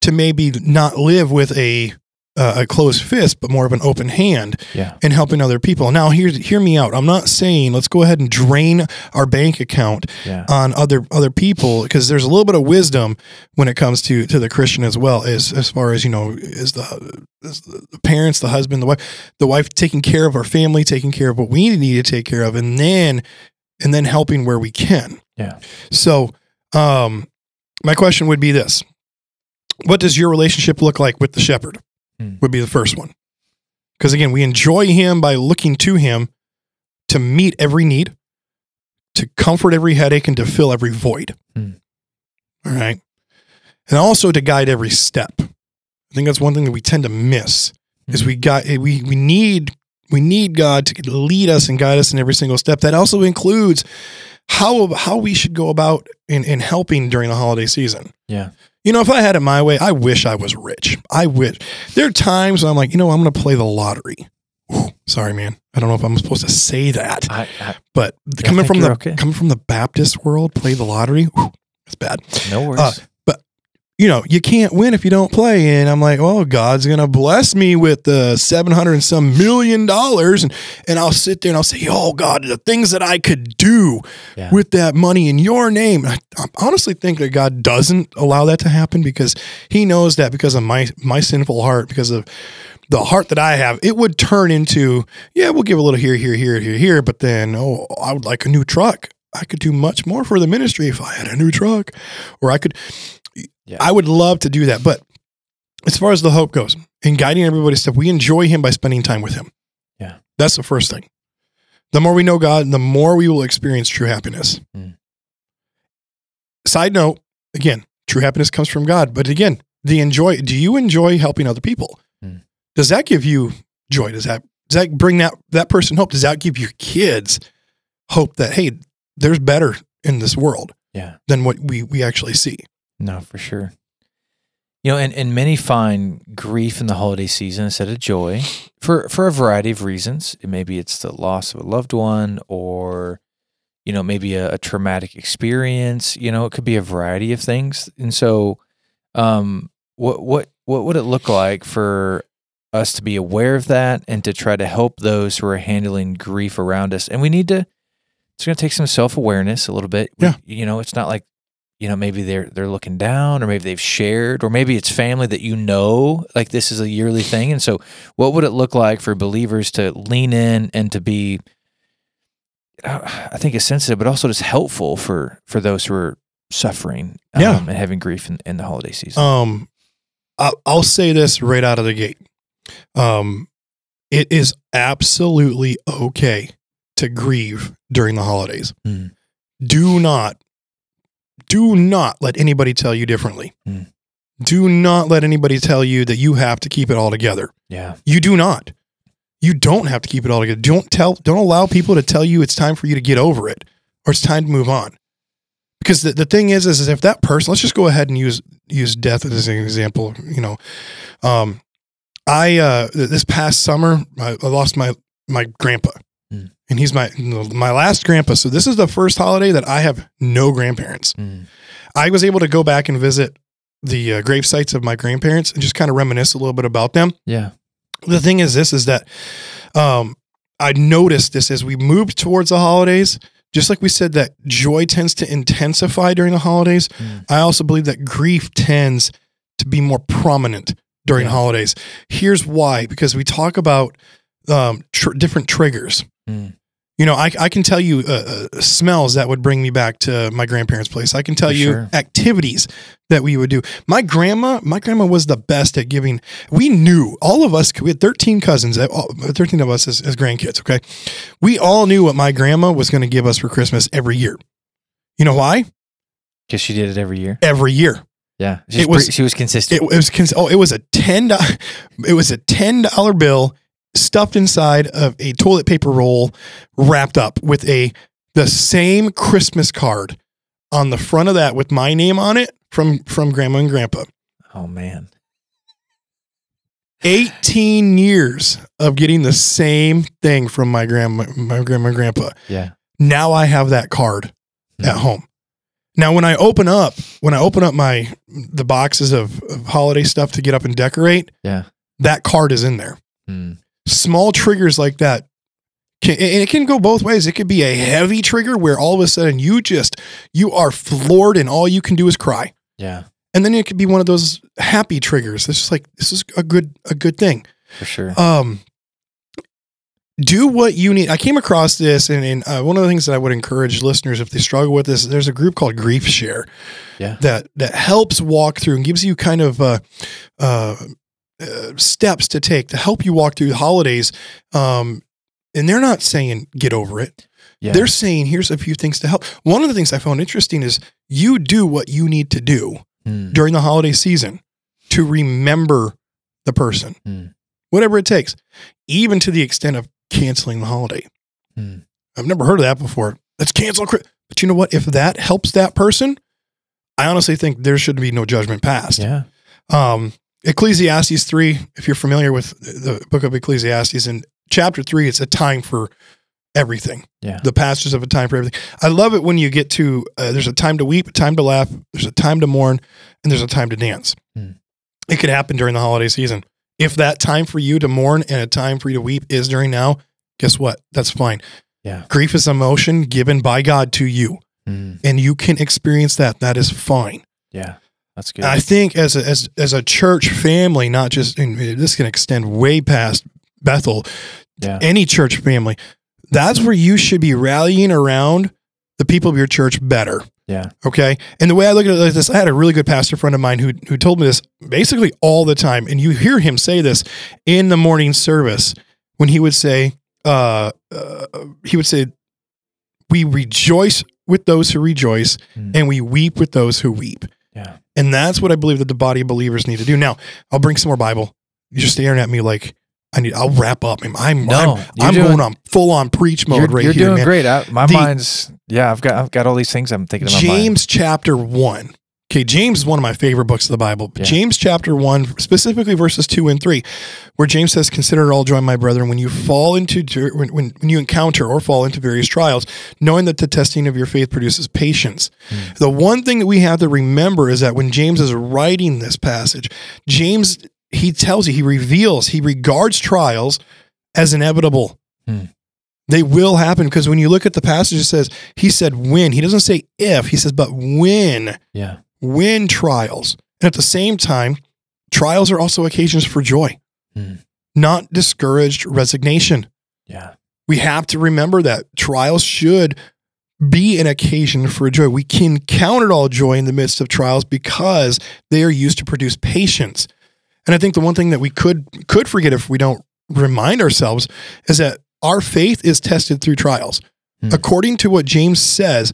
Speaker 2: to maybe not live with a uh, a closed fist, but more of an open hand
Speaker 1: Yeah.
Speaker 2: in helping other people? Now, hear hear me out. I'm not saying let's go ahead and drain our bank account
Speaker 1: Yeah.
Speaker 2: on other other people because there's a little bit of wisdom when it comes to to the Christian as well as as far as you know is the, is the parents the husband the wife the wife taking care of our family taking care of what we need to take care of and then and then helping where we can
Speaker 1: Yeah.
Speaker 2: so um my question would be this what does your relationship look like with the shepherd
Speaker 1: Hmm.
Speaker 2: would be the first one because again we enjoy him by looking to him to meet every need to comfort every headache and to fill every void.
Speaker 1: Hmm.
Speaker 2: All right. And also to guide every step. I think that's one thing that we tend to miss
Speaker 1: Hmm.
Speaker 2: is we got eh, we we need we need God to lead us and guide us in every single step. That also includes how how we should go about in, in helping during the holiday season.
Speaker 1: Yeah.
Speaker 2: You know, if I had it my way, I wish I was rich. I wish. There are times when I'm like, you know, I'm going to play the lottery. Whew, sorry, man. I don't know if I'm supposed to say that.
Speaker 1: I, I,
Speaker 2: But
Speaker 1: Yeah, I
Speaker 2: the- coming
Speaker 1: think
Speaker 2: from
Speaker 1: you're
Speaker 2: the
Speaker 1: okay.
Speaker 2: coming from the Baptist world, play the lottery. whew, that's bad.
Speaker 1: no worries.
Speaker 2: Uh, You know, you can't win if you don't play. And I'm like, well, God's gonna bless me with the seven hundred and some million dollars, and and I'll sit there and I'll say, oh God, the things that I could do
Speaker 1: Yeah.
Speaker 2: with that money in Your name. And I, I honestly think that God doesn't allow that to happen because He knows that because of my my sinful heart, because of the heart that I have, it would turn into, yeah, we'll give a little here, here, here, here, here, but then, oh, I would like a new truck. I could do much more for the ministry if I had a new truck, or I could,
Speaker 1: Yeah.
Speaker 2: I would love to do that. But as far as the hope goes in guiding everybody's step, we enjoy Him by spending time with Him.
Speaker 1: Yeah.
Speaker 2: That's the first thing.
Speaker 1: Hmm.
Speaker 2: The more we know God, the more we will experience true happiness.
Speaker 1: Mm.
Speaker 2: side note again, true happiness comes from God. But again, the enjoy. Do you enjoy helping other people?
Speaker 1: Hmm.
Speaker 2: Does that give you joy? Does that does that bring that that person hope? Does that give your kids hope that hey, there's better in this world
Speaker 1: Yeah.
Speaker 2: than what we we actually see?
Speaker 1: No, for sure. You know, and, and many find grief in the holiday season instead of joy for, for a variety of reasons. It Maybe it's the loss of a loved one or, you know, maybe a, a traumatic experience. You know, it could be a variety of things. And so, um, what, what, what would it look like for us to be aware of that and to try to help those who are handling grief around us? And we need to, it's going to take some self awareness a little bit. We-
Speaker 2: Yeah.
Speaker 1: you know, it's not like, you know maybe they're they're looking down or maybe they've shared or maybe it's family that you know like this is a yearly thing and so what would it look like for believers to lean in and to be uh, i think it's sensitive but also just helpful for for those who are suffering Um,
Speaker 2: Yeah.
Speaker 1: and having grief in, in the holiday season
Speaker 2: Um, I, I'll say this right out of the gate. Um, it is absolutely okay to grieve during the holidays.
Speaker 1: Mm.
Speaker 2: Do not, do not let anybody tell you differently.
Speaker 1: Mm.
Speaker 2: Do not let anybody tell you that you have to keep it all together.
Speaker 1: yeah
Speaker 2: You do not. You don't have to keep it all together. Don't tell. Don't allow people to tell you it's time for you to get over it or it's time to move on. Because the, the thing is, is, if that person, let's just go ahead and use use death as an example. You know, um, I uh, th- this past summer I, I lost my my grandpa,
Speaker 1: Hmm.
Speaker 2: and he's my my last grandpa. So this is the first holiday that I have no grandparents.
Speaker 1: Mm.
Speaker 2: I was able to go back and visit the uh, grave sites of my grandparents and just kind of reminisce a little bit about them
Speaker 1: yeah
Speaker 2: the thing is this is that um i noticed this as we moved towards the holidays just like we said that joy tends to intensify during the holidays
Speaker 1: Mm.
Speaker 2: i also believe that grief tends to be more prominent during
Speaker 1: Yeah.
Speaker 2: holidays here's why because we talk about um, tr- different triggers
Speaker 1: Mm.
Speaker 2: you know I, I can tell you uh, uh, smells that would bring me back to my grandparents place i can tell
Speaker 1: For
Speaker 2: you
Speaker 1: sure.
Speaker 2: activities that we would do my grandma my grandma was the best at giving we knew all of us we had 13 cousins uh, all- 13 of us as, as grandkids okay we all knew what my grandma was going to give us for christmas every year you know why
Speaker 1: because she did it every year
Speaker 2: every year
Speaker 1: yeah She's
Speaker 2: It was-
Speaker 1: pre- she was consistent
Speaker 2: it, it was cons- oh it was a 10 do- it was a 10 dollar bill stuffed inside of a toilet paper roll wrapped up with a the same christmas card on the front of that with my name on it from from grandma and grandpa
Speaker 1: oh man
Speaker 2: 18 years of getting the same thing from my grandma, my grandma and grandpa.
Speaker 1: yeah
Speaker 2: Now I have that card at
Speaker 1: Mhm.
Speaker 2: home. Now when I open up, when I open up my the boxes of, of holiday stuff to get up and decorate,
Speaker 1: yeah
Speaker 2: that card is in there.
Speaker 1: Mm.
Speaker 2: Small triggers like that can, and it can go both ways. It could be a heavy trigger where all of a sudden you just you are floored and all you can do is cry.
Speaker 1: yeah
Speaker 2: And then it could be one of those happy triggers. It's just like this is a good a good thing.
Speaker 1: for sure
Speaker 2: Um, do what you need. I came across this, and, and uh, one of the things that I would encourage listeners if they struggle with this, there's a group called Grief Share,
Speaker 1: Yeah.
Speaker 2: that that helps walk through and gives you kind of uh, uh, uh, steps to take to help you walk through the holidays. Um, and they're not saying get over it.
Speaker 1: yeah
Speaker 2: They're saying here's a few things to help. One of the things I found interesting is you do what you need to do
Speaker 1: Mm.
Speaker 2: during the holiday season to remember the person,
Speaker 1: Hmm.
Speaker 2: whatever it takes, even to the extent of canceling the holiday.
Speaker 1: Hmm.
Speaker 2: I've never heard of that before. Let's cancel. Chri- But you know what? If that helps that person, I honestly think there should be no judgment passed.
Speaker 1: yeah
Speaker 2: Um, Ecclesiastes 3, if you're familiar with the book of Ecclesiastes, in chapter 3, it's a time for everything.
Speaker 1: Yeah.
Speaker 2: The passages of a time for everything. I love it when you get to, uh, there's a time to weep, a time to laugh, there's a time to mourn, and there's a time to dance.
Speaker 1: Hmm.
Speaker 2: It could happen during the holiday season. If that time for you to mourn and a time for you to weep is during now, guess what? That's fine.
Speaker 1: Yeah.
Speaker 2: Grief is emotion given by God to you,
Speaker 1: Mm.
Speaker 2: and you can experience that. That is fine.
Speaker 1: yeah that's good
Speaker 2: I think as a, as as a church family, not just and this can extend way past Bethel,
Speaker 1: yeah
Speaker 2: any church family. That's where you should be rallying around the people of your church better.
Speaker 1: yeah
Speaker 2: Okay. And the way I look at it like this, I had a really good pastor friend of mine who who told me this basically all the time. And you hear him say this in the morning service when he would say, uh, uh he would say, We rejoice with those who rejoice
Speaker 1: Mm.
Speaker 2: and we weep with those who weep.
Speaker 1: Yeah.
Speaker 2: And that's what I believe that the body of believers need to do. Now, I'll bring some more Bible. You're just staring at me like I need. I'll wrap up. I'm. I'm,
Speaker 1: No,
Speaker 2: I'm,
Speaker 1: you're
Speaker 2: I'm
Speaker 1: doing-
Speaker 2: going on full on preach mode
Speaker 1: You're,
Speaker 2: right
Speaker 1: you're
Speaker 2: here,
Speaker 1: doing
Speaker 2: man.
Speaker 1: great. I, my
Speaker 2: The-
Speaker 1: mind's yeah. I've got I've got all these things I'm thinking about.
Speaker 2: James chapter one. Okay, James is one of my favorite books of the Bible.
Speaker 1: Yeah.
Speaker 2: James chapter one, specifically verses two and three, where James says, "Consider it all joy, my brethren, when you fall into ter- when, when when you encounter or fall into various trials, knowing that the testing of your faith produces patience."
Speaker 1: Hmm.
Speaker 2: The one thing that we have to remember is that when James is writing this passage, James he tells you he reveals he regards trials as inevitable.
Speaker 1: Hmm.
Speaker 2: They will happen because when you look at the passage, it says he said when. He doesn't say if. He says but when
Speaker 1: Yeah.
Speaker 2: when trials. And at the same time, trials are also occasions for joy,
Speaker 1: Hmm.
Speaker 2: not discouraged resignation.
Speaker 1: Yeah.
Speaker 2: We have to remember that trials should be an occasion for joy. We can count it all joy in the midst of trials because they are used to produce patience. And I think the one thing that we could could forget if we don't remind ourselves is that our faith is tested through trials.
Speaker 1: Hmm.
Speaker 2: According to what James says,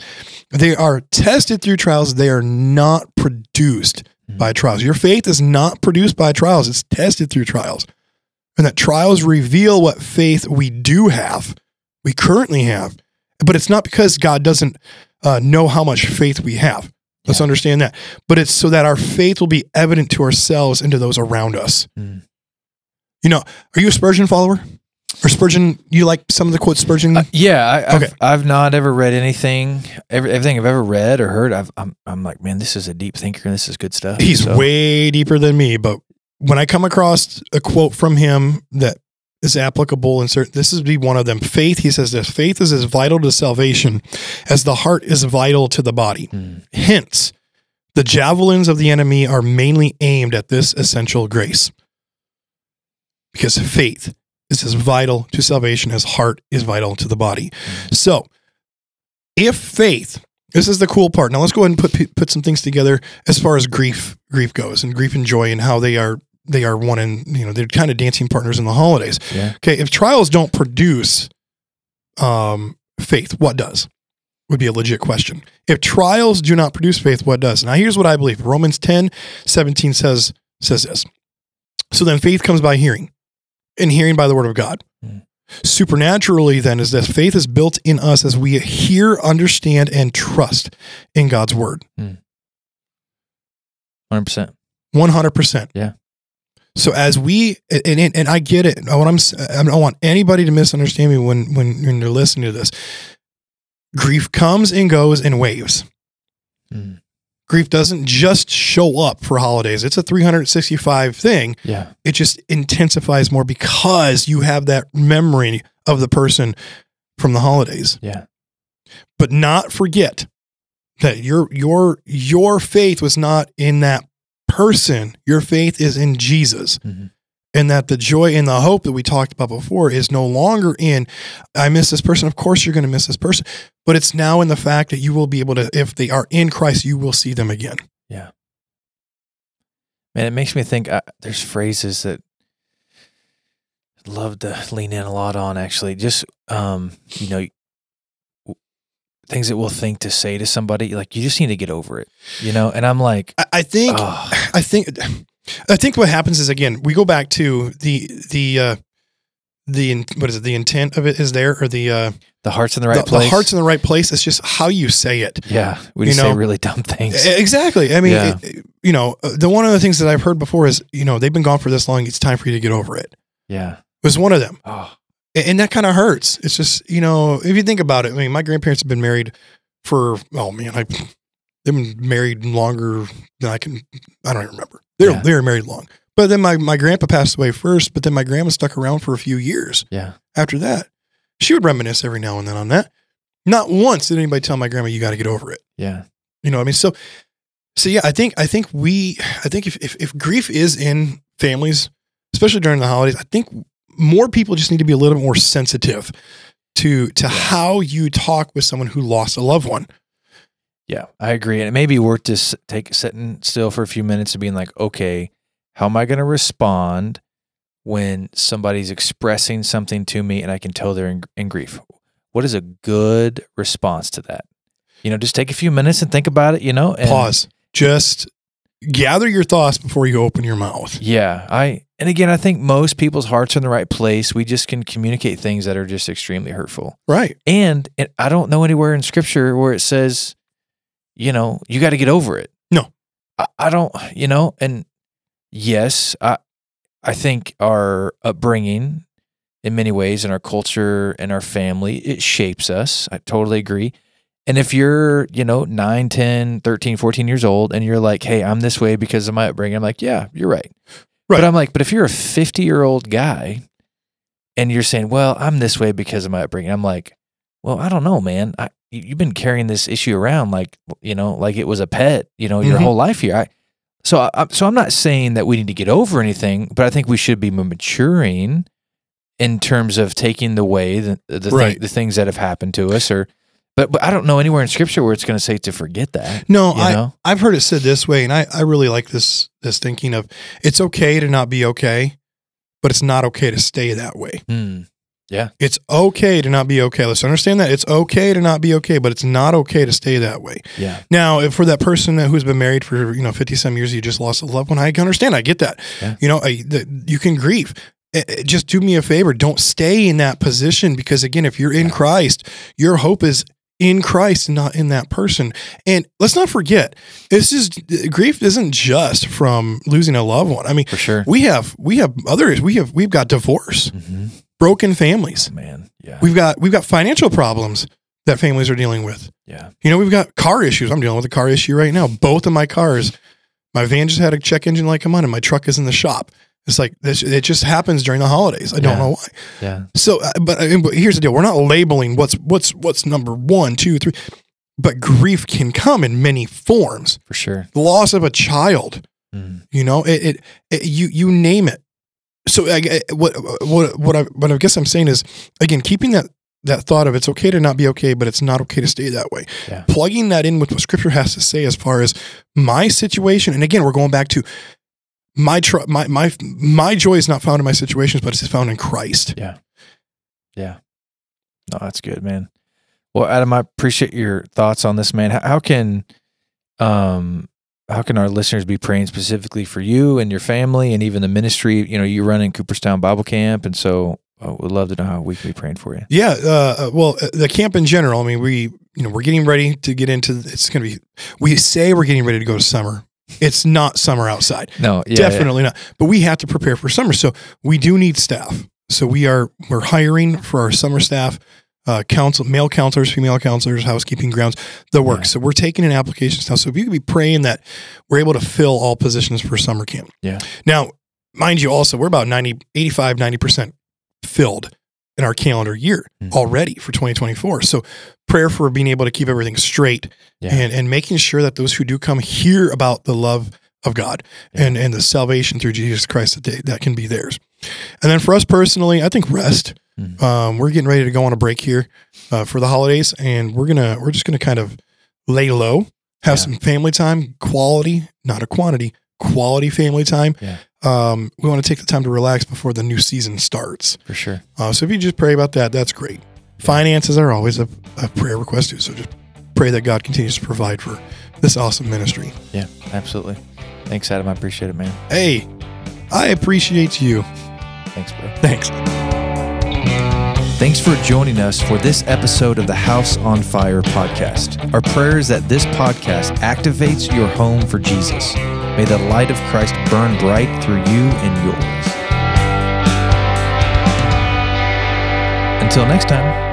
Speaker 2: they are tested through trials. They are not produced
Speaker 1: Hmm.
Speaker 2: by trials. Your faith is not produced by trials. It's tested through trials. And that trials reveal what faith we do have, we currently have. But it's not because God doesn't uh, know how much faith we have. Let's
Speaker 1: Yeah.
Speaker 2: understand that. But it's so that our faith will be evident to ourselves and to those around us.
Speaker 1: Hmm.
Speaker 2: You know, are you a Spurgeon follower? Or Spurgeon, you like some of the quotes Spurgeon?
Speaker 1: Uh, yeah, I,
Speaker 2: Mm. Okay.
Speaker 1: I've, I've not ever read anything. Every, everything I've ever read or heard, I've, I'm I'm like, man, this is a deep thinker and this is good stuff.
Speaker 2: He's
Speaker 1: So,
Speaker 2: way deeper than me, but when I come across a quote from him that is applicable in certain, this is be one of them. Faith, he says this faith is as vital to salvation as the heart is vital to the body.
Speaker 1: Mm,
Speaker 2: Hence, the javelins of the enemy are mainly aimed at this essential grace because faith is as vital to salvation as heart is vital to the body. So, if faith, this is the cool part. Now let's go ahead and put put some things together as far as grief grief goes and grief and joy and how they are they are one and you know they're kind of dancing partners in the holidays.
Speaker 1: yeah.
Speaker 2: Okay, if trials don't produce um, faith, what does? Would be a legit question. If trials do not produce faith, what does? Now, here's what I believe Romans 10 17 says, says this. So then faith comes by hearing, and hearing by the word of God.
Speaker 1: Hmm.
Speaker 2: Supernaturally, then, is that faith is built in us as we hear, understand, and trust in God's word.
Speaker 1: Hundred percent.
Speaker 2: One hundred percent.
Speaker 1: Yeah.
Speaker 2: So as we and, and and I get it. What I'm s- I don't want anybody to misunderstand me when when when you're listening to this. Grief comes and goes in waves.
Speaker 1: Mm.
Speaker 2: Grief doesn't just show up for holidays. It's a 365 thing.
Speaker 1: Yeah.
Speaker 2: It just intensifies more because you have that memory of the person from the holidays
Speaker 1: Yeah.
Speaker 2: but not forget that your your your faith was not in that person your faith is in jesus
Speaker 1: Mhm.
Speaker 2: and that the joy and the hope that we talked about before is no longer in i miss this person of course you're going to miss this person but it's now in the fact that you will be able to if they are in christ you will see them again
Speaker 1: Man, it makes me think. I, there's phrases that I'd love to lean in a lot on. Actually, just um, you know, w- things that we'll think to say to somebody. Like you just need to get over it. You know. And I'm like,
Speaker 2: i, I think
Speaker 1: oh,
Speaker 2: I think I think what happens is again we go back to the the uh the in- what is it the intent of it is there or the uh
Speaker 1: the heart's in the
Speaker 2: the,
Speaker 1: right
Speaker 2: the
Speaker 1: place.
Speaker 2: heart's in the right place it's just how you say it
Speaker 1: yeah. We
Speaker 2: you
Speaker 1: just say
Speaker 2: know,
Speaker 1: really dumb things.
Speaker 2: E- Exactly. I mean,
Speaker 1: Yeah.
Speaker 2: it- you know, uh, the one of the things that I've heard before is, you know, they've been gone for this long. It's time for you to get over it.
Speaker 1: yeah.
Speaker 2: Was one of them,
Speaker 1: Oh.
Speaker 2: A- and that kind of hurts. It's just, you know, if you think about it, I mean, my grandparents have been married for, oh man, I, they've been married longer than I can. I don't even remember. They're
Speaker 1: Yeah.
Speaker 2: they're married long, but then my my grandpa passed away first, but then my grandma stuck around for a few years
Speaker 1: Yeah.
Speaker 2: after that. She would reminisce every now and then on that. Not once did anybody tell my grandma, "You got to get over it."
Speaker 1: Yeah.
Speaker 2: You know what I mean? So, so yeah, I think, I think we, I think if, if, if grief is in families, especially during the holidays, I think more people just need to be a little more sensitive to, to how you talk with someone who lost a loved one.
Speaker 1: Yeah, I agree, and it may be worth just take sitting still for a few minutes and being like, okay, how am I going to respond when somebody's expressing something to me and I can tell they're in, in grief? What is a good response to that? You know, just take a few minutes and think about it, you know. And
Speaker 2: Pause. Just gather your thoughts before you open your mouth.
Speaker 1: Yeah, I and again, I think most people's hearts are in the right place. We just can communicate things that are just extremely hurtful.
Speaker 2: Right.
Speaker 1: And, and I don't know anywhere in scripture where it says, you know, you got to get over it.
Speaker 2: No.
Speaker 1: I, I don't, you know, and yes, I I think our upbringing in many ways and our culture and our family, it shapes us. I totally agree. And if you're, you know, 9, 10, 13, 14 years old and you're like, "Hey, I'm this way because of my upbringing." I'm like, "Yeah, you're right."
Speaker 2: Right.
Speaker 1: But I'm like, "But if you're a 50-year-old guy and you're saying, "Well, I'm this way because of my upbringing." I'm like, "Well, I don't know, man. I, you- you've been carrying this issue around like, you know, like it was a pet, you know, your
Speaker 2: Mhm.
Speaker 1: whole life here." I, so I, I'm- so I'm not saying that we need to get over anything, but I think we should be maturing in terms of taking the way the the, thi-
Speaker 2: Right.
Speaker 1: the things that have happened to us or but but I don't know anywhere in scripture where it's going to say to forget that.
Speaker 2: No,
Speaker 1: you
Speaker 2: I,
Speaker 1: know?
Speaker 2: I've heard it said this way, and I, I really like this this thinking of it's okay to not be okay, but it's not okay to stay that way.
Speaker 1: Hmm.
Speaker 2: It's okay to not be okay. Let's understand that. It's okay to not be okay, but it's not okay to stay that way.
Speaker 1: yeah.
Speaker 2: Now, if for that person that- who's been married for you know fifty some years, you just lost a loved one, I can understand. I get that.
Speaker 1: Yeah.
Speaker 2: You know, I, the, you can grieve. Eh, eh, Just do me a favor. Don't stay in that position because again, if you're in
Speaker 1: Yeah.
Speaker 2: Christ, your hope is in Christ, not in that person. And let's not forget, this is grief isn't just from losing a loved one. I mean,
Speaker 1: For sure.
Speaker 2: we have we have others. We have we've got divorce,
Speaker 1: hmm
Speaker 2: broken families.
Speaker 1: Man. Yeah.
Speaker 2: We've got we've got financial problems that families are dealing with.
Speaker 1: yeah.
Speaker 2: You know, we've got car issues. I'm dealing with a car issue right now. Both of my cars, my van just had a check engine light come on, and my truck is in the shop. It's like this, it just happens during the holidays. I don't
Speaker 1: Yeah.
Speaker 2: know why.
Speaker 1: Yeah.
Speaker 2: So, uh, but, uh, but here's the deal: we're not labeling what's what's what's number one, two, three. But grief can come in many forms.
Speaker 1: For sure.
Speaker 2: The loss of a child,
Speaker 1: Mm.
Speaker 2: you know, it, it, it you you name it. So, I, I- what what what I what I guess I'm saying is again keeping that that thought of it's okay to not be okay, but it's not okay to stay that way
Speaker 1: Yeah.
Speaker 2: plugging that in with what scripture has to say as far as my situation and again we're going back to my tr- my my my joy is not found in my situations but it's found in Christ
Speaker 1: No, that's good, man. Well, Adam, I appreciate your thoughts on this, man. How, how can, um, how can our listeners be praying specifically for you and your family and even the ministry? You know, you run in Cooperstown Bible Camp, and so uh, we'd love to know how we can be praying for you.
Speaker 2: yeah uh, uh, well uh, the camp in general I mean we you know we're getting ready to get into it's going to be we say we're getting ready to go to summer it's not summer outside
Speaker 1: No, yeah, yeah.
Speaker 2: definitely not but we have to prepare for summer so we do need staff so we are we're hiring for our summer staff uh, counsel male counselors female counselors housekeeping grounds the work
Speaker 1: Yeah.
Speaker 2: so we're taking in applications now so if you could be praying that we're able to fill all positions for summer camp
Speaker 1: Yeah.
Speaker 2: now mind you also we're about 90 85 90% filled in our calendar year
Speaker 1: Mhm.
Speaker 2: already for 2024 so prayer for being able to keep everything straight
Speaker 1: Yeah.
Speaker 2: and and making sure that those who do come hear about the love of God
Speaker 1: Yeah.
Speaker 2: and and the salvation through Jesus Christ that they, that can be theirs. And then for us personally, I think rest.
Speaker 1: Mhm.
Speaker 2: Um, we're getting ready to go on a break here uh, for the holidays, and we're gonna we're just gonna kind of lay low, have
Speaker 1: Yeah.
Speaker 2: some family time, quality, not a quantity, quality family time.
Speaker 1: Yeah.
Speaker 2: Um, we want to take the time to relax before the new season starts.
Speaker 1: for sure.
Speaker 2: Uh, so if you just pray about that, that's great. Finances are always a, a prayer request too. So just pray that God continues to provide for this awesome ministry.
Speaker 1: Yeah, absolutely. Thanks, Adam. I appreciate it, man.
Speaker 2: Hey, I appreciate you.
Speaker 1: Thanks, bro.
Speaker 2: Thanks.
Speaker 1: Thanks for joining us for this episode of the House on Fire podcast. Our prayer is that this podcast activates your home for Jesus. May the light of Christ burn bright through you and yours. Until next time.